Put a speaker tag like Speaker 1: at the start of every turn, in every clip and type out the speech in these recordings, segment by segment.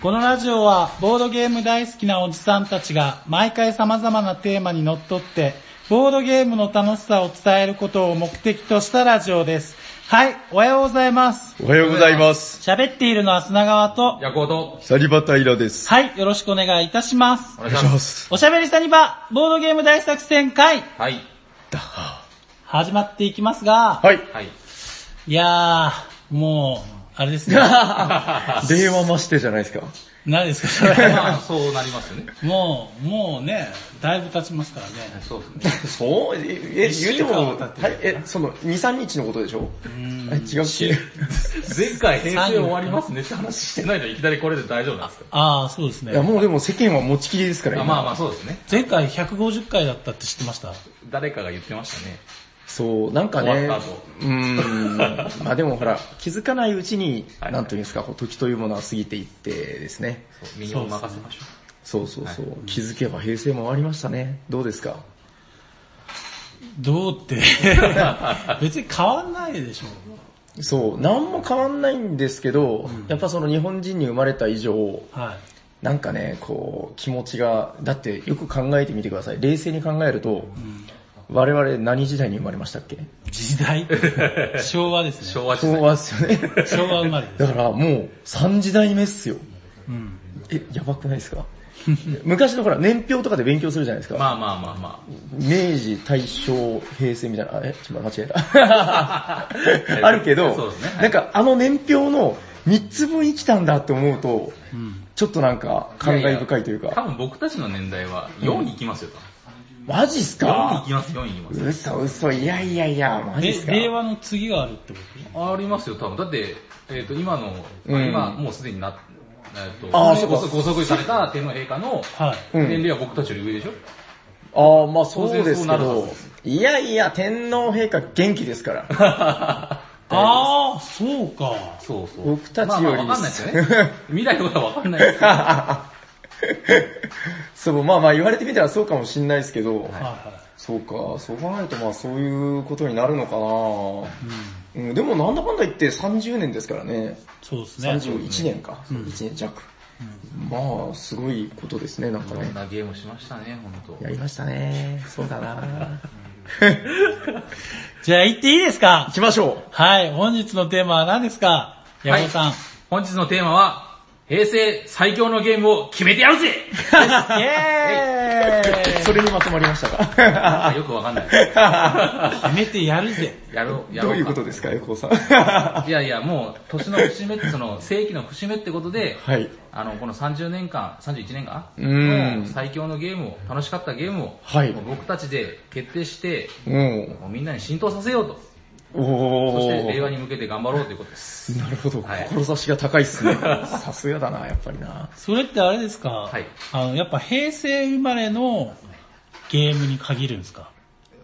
Speaker 1: このラジオはボードゲーム大好きなおじさんたちが毎回様々なテーマにのっとってボードゲームの楽しさを伝えることを目的としたラジオです。はい、おはようございます。
Speaker 2: おはようございます。
Speaker 1: 喋っているのは砂川と、
Speaker 3: ヤコウと、
Speaker 2: サリバタイラです。
Speaker 1: はい、よろしくお願いいたします
Speaker 3: お。
Speaker 2: お
Speaker 3: 願いします。
Speaker 2: す。
Speaker 1: おしゃべりサニバ、ボードゲーム大作戦会、
Speaker 3: はい。
Speaker 1: 始まっていきますが、
Speaker 2: はい。
Speaker 3: はい。
Speaker 1: いやー、もう、あれですね。
Speaker 2: 電話ましてじゃないですか。
Speaker 1: 何ですか、それ。
Speaker 3: まあ、そうなりますよね。
Speaker 1: もう、もうね、だいぶ経ちますからね。
Speaker 3: そうですね。
Speaker 2: そうえ、え
Speaker 1: 一
Speaker 2: 言
Speaker 1: 週
Speaker 2: うて
Speaker 1: 間
Speaker 2: も、
Speaker 1: は経
Speaker 2: は
Speaker 1: ってる
Speaker 2: い、え、その、2、3日のことでしょあ違うっけ
Speaker 3: 前回平成終わりますねって話してないのにいきなりこれで大丈夫なんですか
Speaker 1: あー、そうですね
Speaker 2: いや、。もうでも世間は持ちきりですから、
Speaker 3: あ
Speaker 2: 今
Speaker 3: まあまあそうですね。
Speaker 1: 前回150回だったって知ってました
Speaker 3: 誰かが言ってましたね。
Speaker 2: そう、なんかね、
Speaker 3: 終わった後
Speaker 2: うーん、まあでもほら、気づかないうちに、
Speaker 3: はい
Speaker 2: なんというんですか、こう時というものは過ぎていってですね。
Speaker 3: そう身を任せましょ
Speaker 2: そうそうそう、気づけば平成も終わりましたね。どうですか
Speaker 1: どうって 別に変わんないでしょ。
Speaker 2: そう、なんも変わんないんですけど、やっぱその日本人に生まれた以上、
Speaker 1: はい。
Speaker 2: なんかね、こう、気持ちが、だってよく考えてみてください。冷静に考えると、我々何時代に生まれましたっけ
Speaker 1: 時代 昭和で
Speaker 3: う。
Speaker 1: すね。
Speaker 3: 昭和時代。
Speaker 2: 昭和っすよね。
Speaker 1: 昭和生まれです。
Speaker 2: だからもう3時代目っすよ。
Speaker 1: うん。
Speaker 2: え、やばくないですか 昔のほら、年表とかで勉強するじゃないですか。
Speaker 3: まあまあまあま
Speaker 2: 明治、大正、平成みたいな、あえ、ちょっと間違えた。 あるけど、
Speaker 3: そうですねはい
Speaker 2: なんかあの年表の3つ分生きたんだって思うと、
Speaker 1: うん。
Speaker 2: ちょっとなんか
Speaker 3: あ。
Speaker 2: 感慨深いというか、
Speaker 3: やや多分僕たちの年代は4に行きますよ。
Speaker 2: マジっす
Speaker 3: 4に行
Speaker 2: か
Speaker 3: きます、4に行きます。
Speaker 2: 嘘嘘、いやいやいや、マジっ
Speaker 1: です
Speaker 2: か
Speaker 1: 令和の次があるってこ
Speaker 3: ありますよ、多分。だって、えっと、今の、
Speaker 2: うん
Speaker 3: 今もうすでにな、えっと、
Speaker 2: あ
Speaker 3: ご
Speaker 2: ーそうか
Speaker 3: 即位された天皇陛下の
Speaker 1: とはい。
Speaker 2: うん
Speaker 3: 年齢は僕たちより上でしょ
Speaker 2: ああ、まあそうですけ
Speaker 3: 当然そうなるは
Speaker 2: ど、いやいや、天皇陛下元気ですから。
Speaker 1: あー、そうか。
Speaker 3: そうそう。
Speaker 2: 僕たちより
Speaker 3: まあまあわかんないですよ ね。未来はわかんないですけど。
Speaker 2: そう、まあまあ言われてみたらそうかもしんないですけど、
Speaker 1: はいは
Speaker 2: そうか、そう考えるとまあそういうことになるのかな、うんでもなんだかんだ言って30年ですからね。
Speaker 1: い。そうですね。
Speaker 2: 31年か。1年弱。まあ、すごいことですね、なんか
Speaker 3: いろ
Speaker 2: ね
Speaker 3: ん。なゲームしましたね、ほんと
Speaker 2: や。りましたね。そうだな
Speaker 1: じゃあ行っていいです
Speaker 2: 行
Speaker 1: か
Speaker 2: きましょ
Speaker 1: はい、本日のテーマは何ですか山本さん。
Speaker 3: 本日のテーマは、平成最強のゲームを決めてやる ぜ
Speaker 1: イエ
Speaker 2: う
Speaker 1: ー
Speaker 2: それにまとまりましたか
Speaker 3: よくわかんない。
Speaker 1: イ決めてやるぜ。
Speaker 3: やろ う、や
Speaker 2: ど
Speaker 3: ろう か。
Speaker 2: ういうことですか、横尾さん。 はい
Speaker 3: やいや、もう、年の節目って、その、世紀の節目ってことで、
Speaker 2: い。
Speaker 3: あの、この30年間、31年間
Speaker 2: うん
Speaker 3: の最強のゲームを、楽しかったゲームを、
Speaker 2: はい
Speaker 3: もう僕たちで決定して、
Speaker 2: うん。
Speaker 3: もうみんなに浸透させようと。
Speaker 2: お
Speaker 3: そ
Speaker 2: ー。
Speaker 3: して令和に向けて頑張ろうということです。
Speaker 2: なるほど、
Speaker 3: はい
Speaker 2: 志が高いっすね。さすがだな、やっぱりな。
Speaker 1: それってあれですか
Speaker 3: はい
Speaker 1: あの、やっぱ平成生まれのゲームに限るんですか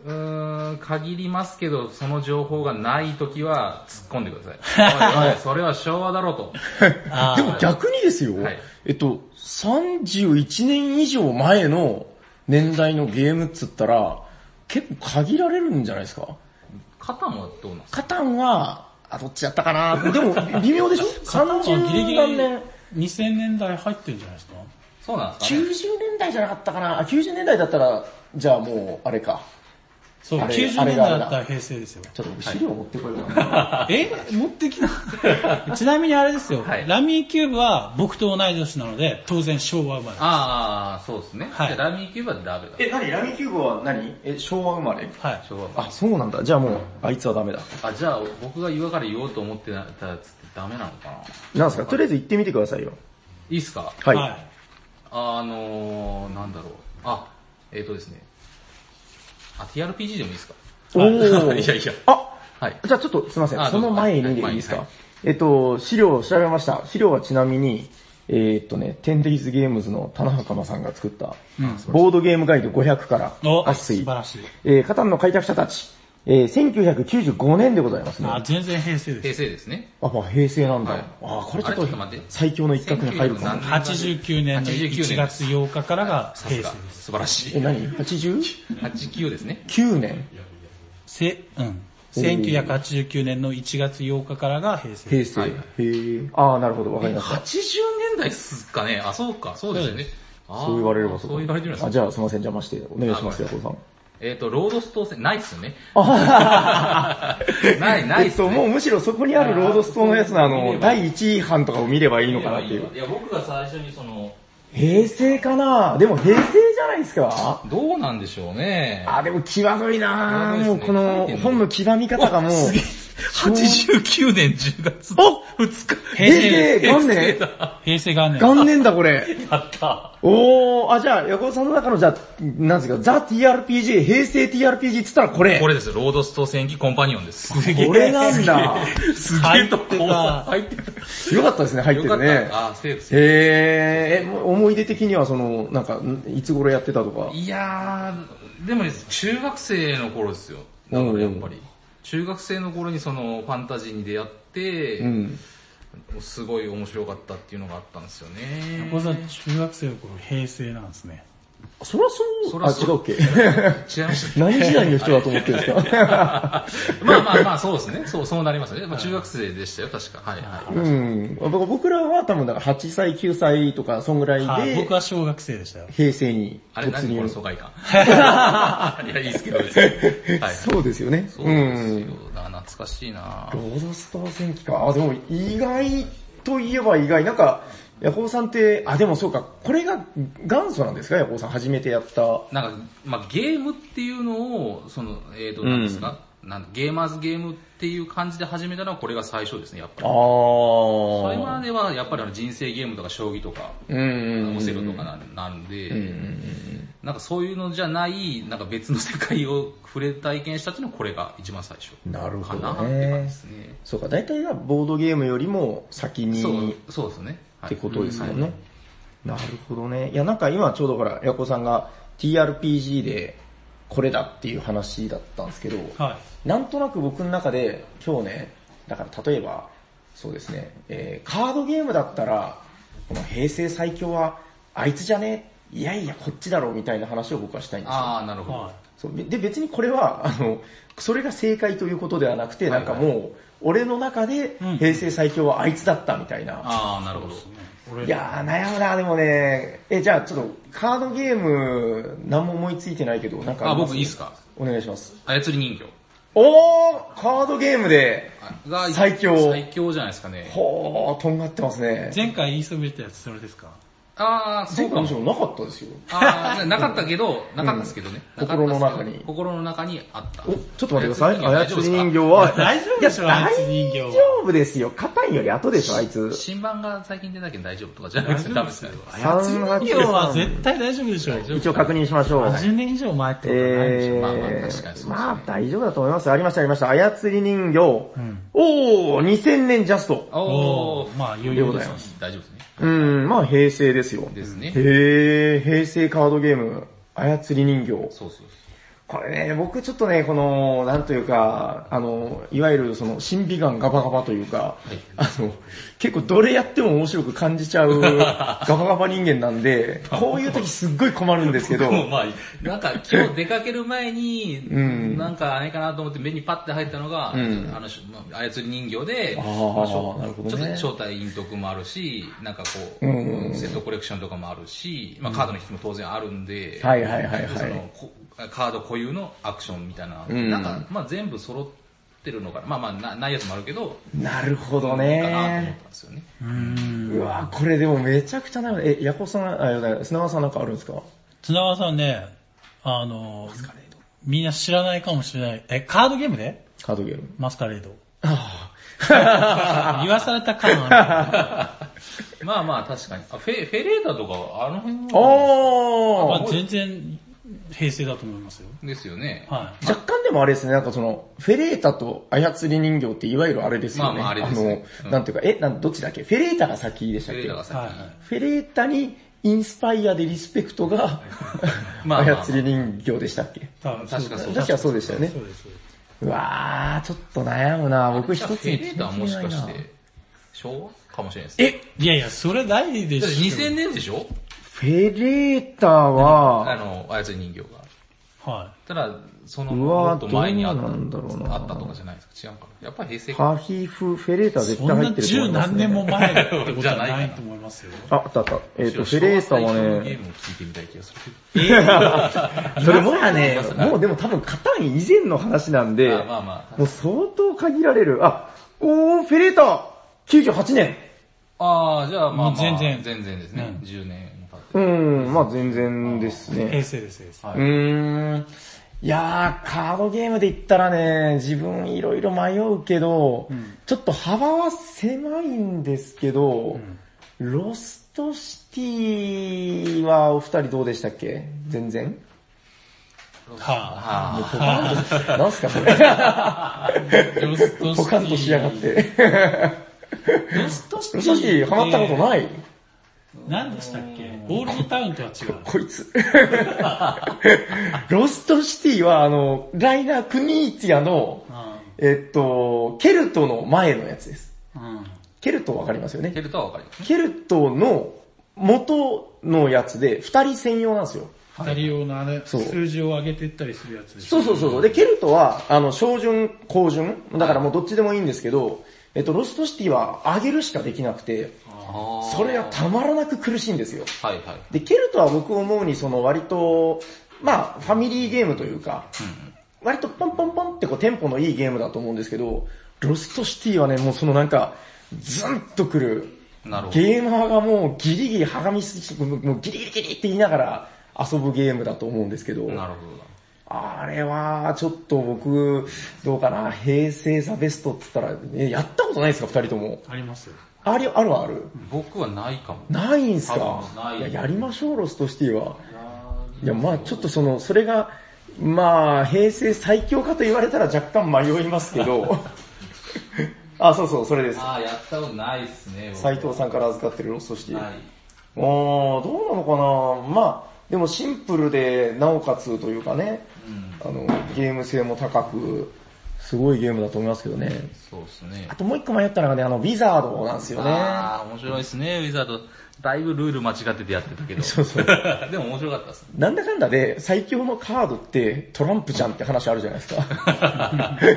Speaker 3: うーん、限りますけど、その情報がないときは突っ込んでくだ さい。おいおい、それは昭和だろうと。
Speaker 1: あー
Speaker 2: でも逆にですよ、
Speaker 3: はい
Speaker 2: えっと、31年以上前の年代のゲームっつったら、結構限られるんじゃないですか
Speaker 3: 肩もどうなんですか
Speaker 2: カタンは、あ、どっちやったかなでも、微妙 でしょ
Speaker 1: ギリギ
Speaker 2: ?30
Speaker 1: リ
Speaker 2: 何年、
Speaker 1: 2000年代入ってるんじゃないですか
Speaker 3: そうなんですか、ね、
Speaker 2: 90年代じゃなかったかなあ、90年代だったら、じゃあもう、あれか。
Speaker 1: そう、
Speaker 2: あれ
Speaker 1: 90
Speaker 2: あれ
Speaker 1: 年代
Speaker 2: があれ
Speaker 1: だ
Speaker 2: だ
Speaker 1: ったら平成ですよ。
Speaker 2: ちょっと僕資料持ってこようかな。
Speaker 1: え持ってきな。 ちなみにあれですよ、
Speaker 3: はい
Speaker 1: ラミーキューブは僕と同い年なので、当然昭和生まれ。
Speaker 3: ああ、そうですね。
Speaker 1: はい
Speaker 3: じゃあラミーキューブはダメだ。
Speaker 2: え、何ラミキューブは何え、昭和生まれ
Speaker 1: はい。
Speaker 3: 昭和
Speaker 2: あ、そうなんだ。じゃあもう、あいつはダメだ。
Speaker 3: あ、じゃあ僕が言うから言おうと思ってたやつってダメなのかな
Speaker 2: なんですかとりあえず行ってみてくださいよ。
Speaker 3: いいっすか
Speaker 2: はい。
Speaker 3: あのー、なんだろう。あ、えっ、ー、とですね。あ、TRPG でもいいっすか
Speaker 2: おー。
Speaker 3: いやいや
Speaker 2: あ、
Speaker 3: はい。
Speaker 2: じゃあちょっとすいません。
Speaker 3: あ
Speaker 2: その前
Speaker 3: どう
Speaker 2: に
Speaker 3: ぞ
Speaker 2: で
Speaker 3: はい
Speaker 2: いですか、
Speaker 3: はい
Speaker 2: えっと、資料を調べました。資料はちなみに、えーっとね、テンデリズゲームズの田中間さんが作った、ボードゲームガイド500から、
Speaker 1: お、
Speaker 2: 抜
Speaker 1: 素晴
Speaker 2: 粋。
Speaker 1: らしい。
Speaker 2: えー、カタンの開拓者たち、えー、1995年でございますね。
Speaker 1: あ、全然平成で
Speaker 3: 平
Speaker 1: す。
Speaker 3: 成ですね。
Speaker 2: あ、まあ平成なんだ。
Speaker 3: はい
Speaker 2: あ、これちょっ
Speaker 3: あ
Speaker 2: と
Speaker 3: れちょっと待って
Speaker 2: 最強の一角に入るかも。
Speaker 3: 1900
Speaker 1: 89年の1月8日からが
Speaker 3: さ
Speaker 1: 平成
Speaker 3: すが
Speaker 1: で。す。
Speaker 3: 素晴らし
Speaker 2: え、
Speaker 3: い。
Speaker 2: 何 ?89
Speaker 3: 89ですね。
Speaker 2: 年
Speaker 1: せ、うん。 1989年の1月8日からが平成。
Speaker 2: 平成。
Speaker 3: はい
Speaker 2: へえ。ああ、なるほど、わかりました。
Speaker 3: 80年代っすかねあ、そうか、そうですよね。あー
Speaker 2: そう言われれば
Speaker 3: そう言われてるんです
Speaker 2: あ、じゃあすいません、邪魔して。お願いしますよ、
Speaker 3: あ
Speaker 2: ヤコウさん。
Speaker 3: えっ、と、ロードストー戦、ないっすよね。ない、ない
Speaker 2: え
Speaker 3: っ
Speaker 2: っ
Speaker 3: す
Speaker 2: と、
Speaker 3: ね。
Speaker 2: もうむしろそこにあるロードストーンのやつのあの、第1位版とかを見ればいいのかなっていう。
Speaker 4: いや、僕が最初にその、
Speaker 2: 平成かなでも平成じゃないですか
Speaker 3: どうなんでしょうね。
Speaker 2: あ、でも際どいなも
Speaker 3: 際どいうです
Speaker 2: こ
Speaker 3: ね
Speaker 2: の本の極み方がもう、
Speaker 3: 89年10月
Speaker 2: お
Speaker 3: 2日。
Speaker 2: 平成元年
Speaker 1: 平成元年。
Speaker 2: 元年だこれ。
Speaker 4: やった。
Speaker 2: おー、あ、じゃあ、横尾さんの中のじゃあ、なんですか、ザ・ TRPG、平成 TRPG って言ったらこれ。
Speaker 3: これです、ロードスト戦記コンパニオンです。す
Speaker 2: これなんだ。
Speaker 3: すげえとこ
Speaker 1: 入
Speaker 3: 入ってた。
Speaker 2: よかったですね、入って
Speaker 3: よか
Speaker 2: る
Speaker 3: っ
Speaker 2: ね。
Speaker 3: た。あ、セーフセー
Speaker 2: へーえ、もう思い出的にはその、なんか、んいつ頃やってたとか
Speaker 3: フ。いやー、でもね中学生の頃ですよ。だからやっぱり。中学生の頃にそのファンタジーに出会って、
Speaker 2: うん。
Speaker 3: すごい面白かったっていうのがあったんですよね。
Speaker 1: 横澤中学生の頃平成なんですね。
Speaker 2: そらそう、
Speaker 3: そらそう
Speaker 2: あ、違 うっ
Speaker 3: 違いました
Speaker 2: け何時代の人だと思ってるんですか
Speaker 3: まあまあまあ、そうですね。そう、そうなりますよね。まあ中学生でしたよ、確か。はいはい。
Speaker 2: うん。僕僕らは多分だから8歳、9歳とか、そんぐら
Speaker 1: はいい、
Speaker 2: で
Speaker 1: 僕、は小学生でしたよ。
Speaker 2: 平成に
Speaker 3: あれ
Speaker 2: 突
Speaker 3: 何この疎
Speaker 2: 入。
Speaker 3: 外感。いや、いいですけど、別に。はい。
Speaker 2: そうですよね。
Speaker 3: そう
Speaker 2: う
Speaker 3: ですよ
Speaker 2: ん。。
Speaker 3: あ懐かしいな
Speaker 2: ロードスター戦記か。あ、でも意外といえば意外。なんか、ヤコウさんって、あ、でもそうか、これが元祖なんですかヤコウさん初めてやった。
Speaker 3: なんか、まあゲームっていうのを、その、えーと、何ですか、なんゲーマーズゲームっていう感じで始めたのはこれが最初ですね、やっぱ
Speaker 2: あ
Speaker 3: り。それま
Speaker 2: ー。
Speaker 3: では、やっぱりあの人生ゲームとか将棋とか、
Speaker 2: うんうんうん。
Speaker 3: オセロとかななるんで、なんかそういうのじゃない、なんか別の世界を触れ体験したっていうのはこれが一番最初
Speaker 2: なる
Speaker 3: か
Speaker 2: ほ
Speaker 3: なって
Speaker 2: ど
Speaker 3: 感じで
Speaker 2: ね。
Speaker 3: すね。
Speaker 2: そうか、大体がボードゲームよりも先に
Speaker 3: そう、そうですね。は
Speaker 2: っ
Speaker 3: い
Speaker 2: てことですもん
Speaker 3: うんは
Speaker 2: ね
Speaker 3: い。
Speaker 2: なるほどね。いや、なんか今ちょうどほら、ヤコさんが TRPG でこれだっていう話だったんですけど、
Speaker 1: は
Speaker 2: なんとなく僕の中で今日ね、だから例えば、そうですね、えーカードゲームだったら、この平成最強はあいつじゃねいやいや、こっちだろうみたいな話を僕はしたいんですよ。
Speaker 3: ああ、なる
Speaker 1: い。
Speaker 3: ほど。
Speaker 1: は
Speaker 2: そうでで別にこれはあ のそれが正解ということではなくて、なんかもう俺の中で
Speaker 1: うん
Speaker 2: 平成最強はあいつだったみたいな、
Speaker 3: ああ、なるほど。
Speaker 1: い。俺
Speaker 2: いやー悩むなでもねえじゃあちょっとカードゲーム何も思いついてないけどなんか
Speaker 3: あ、
Speaker 2: ります
Speaker 3: 僕いいっすか
Speaker 2: お願いします
Speaker 3: 操り人形
Speaker 2: おーカードゲームで
Speaker 3: が
Speaker 2: 最強
Speaker 3: 最強じゃないですかね。
Speaker 2: ほーとんがってますね
Speaker 1: 前回言いそびれたやつそれですか
Speaker 3: ああ、そ
Speaker 2: 前回
Speaker 3: うか
Speaker 2: むし
Speaker 3: も。
Speaker 2: ろなかったですよ
Speaker 3: ああ、なかったけど、なかったですけどね。
Speaker 2: うん
Speaker 3: なかった
Speaker 2: 心の
Speaker 3: っすけど
Speaker 2: 中に
Speaker 3: 心の中にあった。
Speaker 2: おちょっと待ってくださいあやつり人形
Speaker 3: 形。
Speaker 2: は
Speaker 1: 大丈夫でしょ
Speaker 2: いや
Speaker 1: あいつ人形は
Speaker 2: 大丈夫ですよ硬いより後でしょあいつ
Speaker 3: 新版が最近出なきゃ大丈夫とかじゃなくてダメですね。
Speaker 1: 人形は絶対大丈夫でしょう。
Speaker 2: 一応確認しましょう。
Speaker 1: 10年以上前ってことはないでしょ。
Speaker 2: え
Speaker 3: まあまあ確かにそうで
Speaker 2: ー、
Speaker 3: すね
Speaker 2: まあ大丈夫だと思います。ありましたありました。操り人形。おー、2000年ジャスト。
Speaker 3: お
Speaker 1: お
Speaker 3: ー
Speaker 1: ー、まあ余
Speaker 2: で
Speaker 1: 裕
Speaker 2: ご
Speaker 1: で
Speaker 2: ざい
Speaker 1: す。
Speaker 2: ます。
Speaker 3: 大丈夫ですね。
Speaker 2: うん、まあ平成ですよ。
Speaker 3: ですね
Speaker 2: へー、平成カードゲーム、操り人形。
Speaker 3: そうそう。
Speaker 2: これね、僕ちょっとね、この、なんというか、あの、いわゆるその、審美眼ガバガバというか、あの、結構どれやっても面白く感じち ゃうガバガバ人間なんで、こういう時すっごい困るんですけど、
Speaker 3: もうまあ、なんか今日出かける前に、
Speaker 2: ん
Speaker 3: なんかあれかなと思って目にパッて入ったのが、
Speaker 2: ん
Speaker 3: あの、しまあ操り人形で、
Speaker 2: あー
Speaker 3: まあしょ
Speaker 2: なるほどね
Speaker 3: ちょっと招待陰徳もあるし、なんかこう、
Speaker 2: うん
Speaker 3: セットコレクションとかもあるし、まあカードの引きも当然あるんで、
Speaker 2: はいはいはいはい
Speaker 3: そのこカード固有のアクションみたいな、
Speaker 2: うん
Speaker 3: なんかまあ全部揃ってるのかな、まあまあなないやつもあるけど、
Speaker 2: なるほど
Speaker 3: かなと思っ
Speaker 2: ね。
Speaker 3: たんですよね。
Speaker 2: うわこれでもめちゃくちゃなえ、ヤコさん、あ、砂川さんなんかあるんですか
Speaker 1: 綱川さんね、あの、みんな知らないかもしれない。え、カードゲームで
Speaker 2: カードゲーム。
Speaker 1: マスカレード。
Speaker 2: あ
Speaker 1: 言わされた感ある。
Speaker 3: まあまあ確かに。あフェフェレータとかあの辺
Speaker 2: あ
Speaker 3: は
Speaker 1: まあ
Speaker 2: ー
Speaker 1: 全然平成だと思いますよ。
Speaker 3: ですよね。
Speaker 1: はい。
Speaker 2: 若干でもあれですね、なんかその、フェレータと操り人形っていわゆるあれですよね。
Speaker 3: まあまああれですねう
Speaker 2: の、
Speaker 3: ん
Speaker 2: なんていうか、え、なんどっちだっけフェレータが先でした
Speaker 3: フ
Speaker 2: っ
Speaker 3: ェレ
Speaker 2: け
Speaker 3: ータが先。
Speaker 1: はいはい
Speaker 2: フェレータにインスパイアでリスペクト が、
Speaker 3: まあまあまあ
Speaker 2: 操り人形でしたっけ
Speaker 1: 多分
Speaker 3: 確かそう
Speaker 2: 確かそうでしたよね
Speaker 1: そ。うです。
Speaker 2: うわー、ちょっと悩むな僕一つ
Speaker 3: フェレータはもしかし
Speaker 2: 聞いないな
Speaker 3: て、昭和かもしれないです。
Speaker 1: えいやいや、それないでし
Speaker 3: だ
Speaker 1: ょ。
Speaker 3: って2000年でしょ
Speaker 2: フェレータ
Speaker 3: あ
Speaker 2: は、
Speaker 3: の、操り人形が。
Speaker 1: は
Speaker 3: ただ、その、
Speaker 2: うわ
Speaker 3: もっと前にあった
Speaker 2: どうなんだろうな
Speaker 3: あったとかじゃないですか。違うかな。やっぱり平成か。
Speaker 2: ハヒフ、フェレータ
Speaker 1: い。
Speaker 2: 絶
Speaker 1: そ
Speaker 2: 対
Speaker 1: ん
Speaker 2: 入
Speaker 1: な
Speaker 2: ってると
Speaker 1: 十
Speaker 2: 思います、
Speaker 1: 何
Speaker 2: ね。
Speaker 1: 年も前ってこと
Speaker 3: じ
Speaker 1: は
Speaker 3: ゃないかな
Speaker 1: ないと思いますよ。
Speaker 2: あ、あったあった。えっ、と、
Speaker 3: む
Speaker 2: フ
Speaker 3: し
Speaker 2: ェ
Speaker 3: ろ
Speaker 2: レータは
Speaker 3: 昭和最初のゲー
Speaker 2: ね、
Speaker 3: ムを聞いてみたい気がするけど。
Speaker 2: それもはね
Speaker 3: います、ね
Speaker 2: もうでも多分カタン以前の話なんで、
Speaker 3: あまあまあ
Speaker 2: もう相当限られる。あ、おー、フェレータ !98 年
Speaker 3: ああ、じゃあまあまあ、
Speaker 1: もう全然
Speaker 3: 全然ですね。
Speaker 1: うん
Speaker 3: 10年も経って。
Speaker 2: うん、まあ全然ですね。
Speaker 1: 平成です、平成。
Speaker 2: うーん。いやー、カードゲームで言ったらね、自分いろいろ迷うけど、ちょっと幅は狭いんですけど、ロストシティはお二人どうでしたっけ全 然
Speaker 1: は
Speaker 3: ああ、
Speaker 2: なんすかそれ。
Speaker 1: ぁ。ロストシティ
Speaker 2: ポカンとしやがっ。て。
Speaker 1: ロストシティ。
Speaker 2: ロストシティハマったことない、
Speaker 1: 何でしたっけボールドタウンとは違う。
Speaker 2: こい つ。ロストシティはあの、ライナー・クニーティアの、えっと、ケルトの前のやつです。
Speaker 1: うん。うん。
Speaker 2: ケルトわかりますよね
Speaker 3: 減るとはわかります。
Speaker 2: ケルトの元のやつで、二人専用なんですよ。
Speaker 1: 二人用のあれ、
Speaker 2: そう
Speaker 1: 数字を上げていったりするやつでしょ。
Speaker 2: そうそうそうそう。で、ケルトは、あの、小順、高順。だからもうどっちでもいいんですけど、えっと、ロストシティは上げるしかできなくて、それがたまらなく苦しいんですよ。
Speaker 3: はいはい。
Speaker 2: で、ケルトは僕思うに、その割と、まあ、ファミリーゲームというか、割とポンポンポンってこうテンポのいいゲームだと思うんですけど、ロストシティはね、もうそのなんか、ズンとくる、
Speaker 3: なるほど
Speaker 2: ゲーマーがもうギリギリ、はがみすぎて、もうもうギリギリギリって言いながら遊ぶゲームだと思うんですけど、
Speaker 3: なるほどな。
Speaker 2: あれは、ちょっと僕、どうかな、平成ザベストって言ったら、えやったことないですか、二人とも。
Speaker 1: ありますよ。
Speaker 2: ある、あるある。
Speaker 3: 僕はないかも。
Speaker 2: ないんす
Speaker 3: 多
Speaker 2: か
Speaker 3: 分ない
Speaker 2: いや、やりましょう、ロストシティは。いや、まあちょっとその、それが、まあ平成最強かと言われたら若干迷いますけど、 あ、そうそう、それです。
Speaker 3: ああ、やったことないっすね。僕
Speaker 2: 斉藤さんから預かってるロストシティ。
Speaker 3: ない。
Speaker 2: あーどうなのかなまあでもシンプルで、なおかつというかね、あの、ゲーム性も高く、すごいゲームだと思いますけどね。
Speaker 3: そうっすね
Speaker 2: あ。ともう一個迷ったのがね、あの、ウィザードなんですよね。
Speaker 3: ああ、面白いですね、ウィザード。だいぶルール間違っててやってたけど。
Speaker 2: そうそう
Speaker 3: でも面白かったっすね。
Speaker 2: なんだかんだで最強のカードってトランプじゃんって話あるじゃないですか。
Speaker 3: まあ言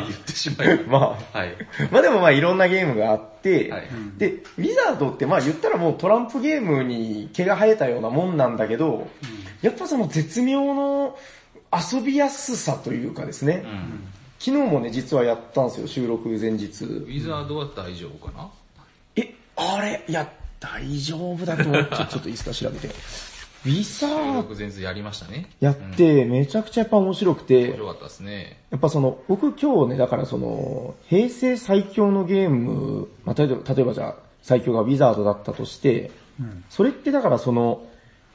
Speaker 3: ってしまえば。
Speaker 2: まあ。
Speaker 3: はい。
Speaker 2: まあでもまあいろんなゲームがあって、
Speaker 3: はい
Speaker 2: で、ウィザードってまあ言ったらもうトランプゲームに毛が生えたようなもんなんだけど、やっぱその絶妙の遊びやすさというかですね、
Speaker 3: うん。
Speaker 2: 昨日もね実はやったんですよ、収録前日。
Speaker 3: ウィザードは大丈夫かな
Speaker 2: え、あれいや、大丈夫だと思って、ちょっといいですか調べて。ウィザード
Speaker 3: 僕前日やりましたね。
Speaker 2: やってめちゃくちゃやっぱ面白くて、
Speaker 3: 面白かったっすね。
Speaker 2: やっぱその、僕今日ね、だからその、平成最強のゲーム、まあ、例えば例えばじゃあ、最強がウィザードだったとして、それってだからその、